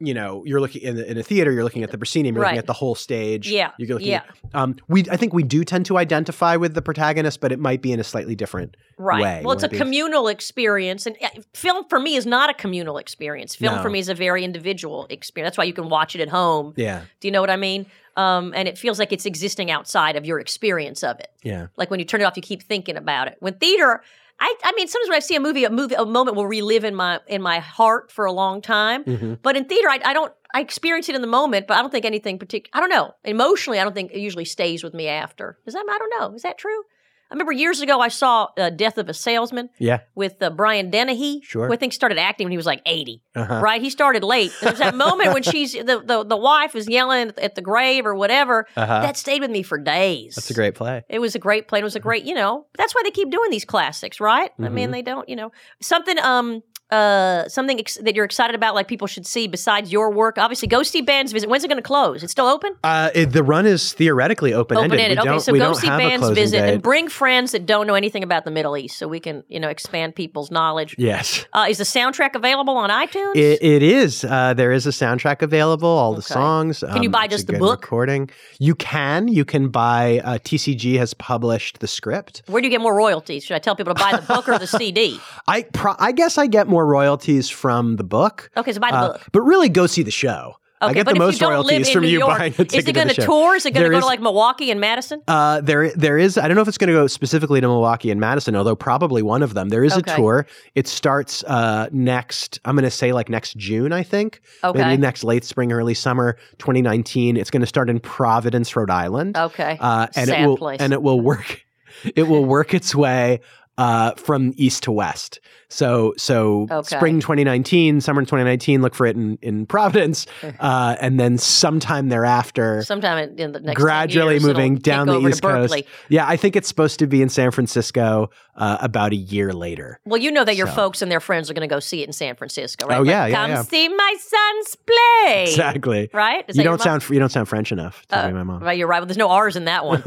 you know you're looking in, a- in a theater, you're looking at the proscenium, you're Right. looking at the whole stage. Yeah, You're looking at- um, we I think we do tend to identify with the protagonist, but it might be in a slightly different Right. way. well, it's a Wouldn't it be- communal experience, and uh, film for me is not a communal experience. Film No. for me is a very individual experience. That's why you can watch it at home. Yeah. Do you know what I mean? Um, and it feels like it's existing outside of your experience of it. Yeah. Like when you turn it off, you keep thinking about it. When theater, I, I mean, sometimes when I see a movie, a movie, a moment will relive in my in my heart for a long time. Mm-hmm. But in theater, I, I don't. I experience it in the moment, but I don't think anything particular. I don't know. Emotionally, I don't think it usually stays with me after. Is that? I don't know. Is that true? I remember years ago I saw uh, Death of a Salesman Yeah. with uh, Brian Dennehy. Sure. who I think started acting when he was like 80 Uh-huh. Right, he started late. There's that moment when she's the, the the wife is yelling at the grave or whatever. Uh-huh. That stayed with me for days. That's a great play. It was a great Mm-hmm. play. It was a great, you know. That's why they keep doing these classics, right? I mean, they don't, you know, something. Um, uh, something ex- that you're excited about, like people should see besides your work? Obviously, go see bands visit. When's it going to close? It's still open. Uh, it, the run is theoretically open Open ended. ended. Okay, so go see bands visit and bring friends that don't know anything about the Middle East, so we can you know expand people's knowledge. yes, Uh, is the soundtrack available on iTunes? it, it is. Uh, there is a soundtrack available. All the Okay. songs. um, Can you buy just the book? recording? You can. You can buy. Uh, TCG has published the script. Where do you get more royalties? Should I tell people to buy the book or the CD? I pro- I guess I get more royalties from the book. Okay, so Oh, buy the Uh, book. but really, go see the show. I Okay, get but the if most you don't live royalties in from New you York, buying a ticket is it to going the to show. tour? Is it going to There go is- to like Milwaukee and Madison? Uh, there, there is. I don't know if it's going to go specifically to Milwaukee and Madison, although probably one of them. There is Okay. a tour. It starts uh, next. I'm going to say like next June, I think. Okay. Maybe next late spring, early summer, 2019. It's going to start in Providence, Rhode Island. Okay, Uh, and Oh, Sad it will place. and it will work. It will work its way uh, from east to west. So so Okay. spring 2019, summer 2019. Look for it in in Providence, uh, and then sometime thereafter sometime in, in the next 10 gradually years, moving it'll down kick the over east to coast. Berkeley. Yeah, I think it's supposed to be in San Francisco uh, about a year later. Well, you know that your So. folks and their friends are going to go see it in San Francisco, right? Oh, yeah, yeah, come yeah. see my son's play, Exactly. right? Is You that your don't mom? sound you don't sound French enough to be my mom. Right, you're right. Well, there's no R's in that one.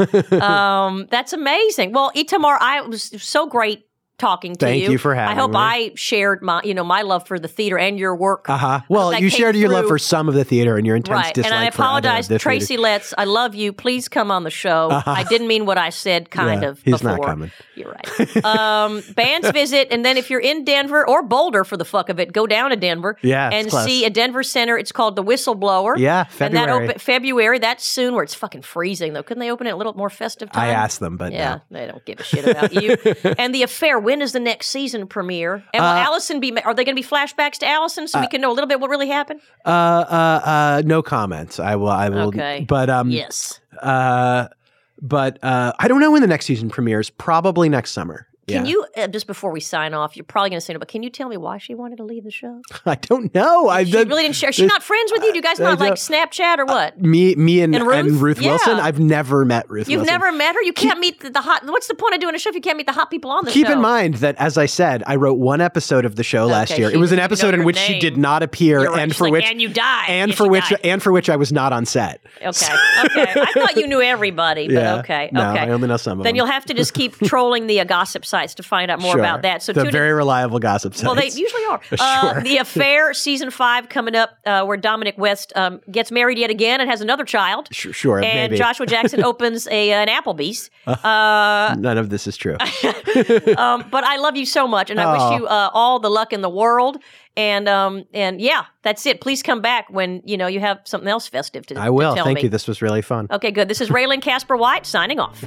um, that's amazing. Well, Itamar, I it was so great talking to Thank you. you for having I hope me. I shared my, you know, my love for the theater and your work. Uh huh. Well, that you came shared your love through. for some of the theater and your intense Right, dislike and I for other of apologize, the theater. Tracy Letts. I love you. Please come on the show. I didn't mean what I said. Kind Yeah, of. he's before. not coming. You're right. Um, bands visit, and then if you're in Denver or Boulder for the fuck of it, go down to Denver. Yeah, it's and close. see a Denver center. It's called the Whistleblower. Yeah, And February. that op- February. That's soon. Where it's fucking freezing though. Couldn't they open it a little more festive time? I asked them, but Yeah, no. they don't give a shit about you. and the affair. When is the next season premiere? And will Uh, Allison be? Are they going to be flashbacks to Allison so we can know a little bit what really happened? Uh, uh, uh, no comments. I will. I will. Okay. But um. Yes. Uh, but uh, I don't know when the next season premieres. Probably next summer. Can Yeah. you uh, just before we sign off? You're probably going to say no, but can you tell me why she wanted to leave the show? I don't know. I've She done- really didn't share. She's not friends with you. Do you guys I not like don't- Snapchat or what? me, me, and And Ruth? Yeah. Wilson. I've never met Ruth. You've Wilson. never met her. You can't meet the, the hot. What's the point of doing a show if you can't meet the hot people on the Keep show? in mind that, as I said, I wrote one episode of the show last Okay, year. she It was an didn't even know episode in your which she name. did not appear, You're right. and She's for like, which and you died. and Yeah, for she which died. and for which I was not on set. Okay. Okay. I thought you knew everybody, but Yeah. okay. No, okay. I only know some of Then them. you'll have to just keep trolling the uh, gossip sites to find out more Sure. about that. So the tune in. very reliable gossip sites. Well, they usually are. Uh, Sure. the Affair season five coming up, uh, where Dominic West um, gets married yet again and has another child. Sure, sure, And maybe. Joshua Jackson opens a an Applebee's. None of this is true. Um, but I love you so much, and I Oh. wish you uh, all the luck in the world. And um, and yeah, that's it. Please come back when you know you have something else festive to. I will. to tell Thank me. you. This was really fun. okay, good. This is Raylan Casper White signing off.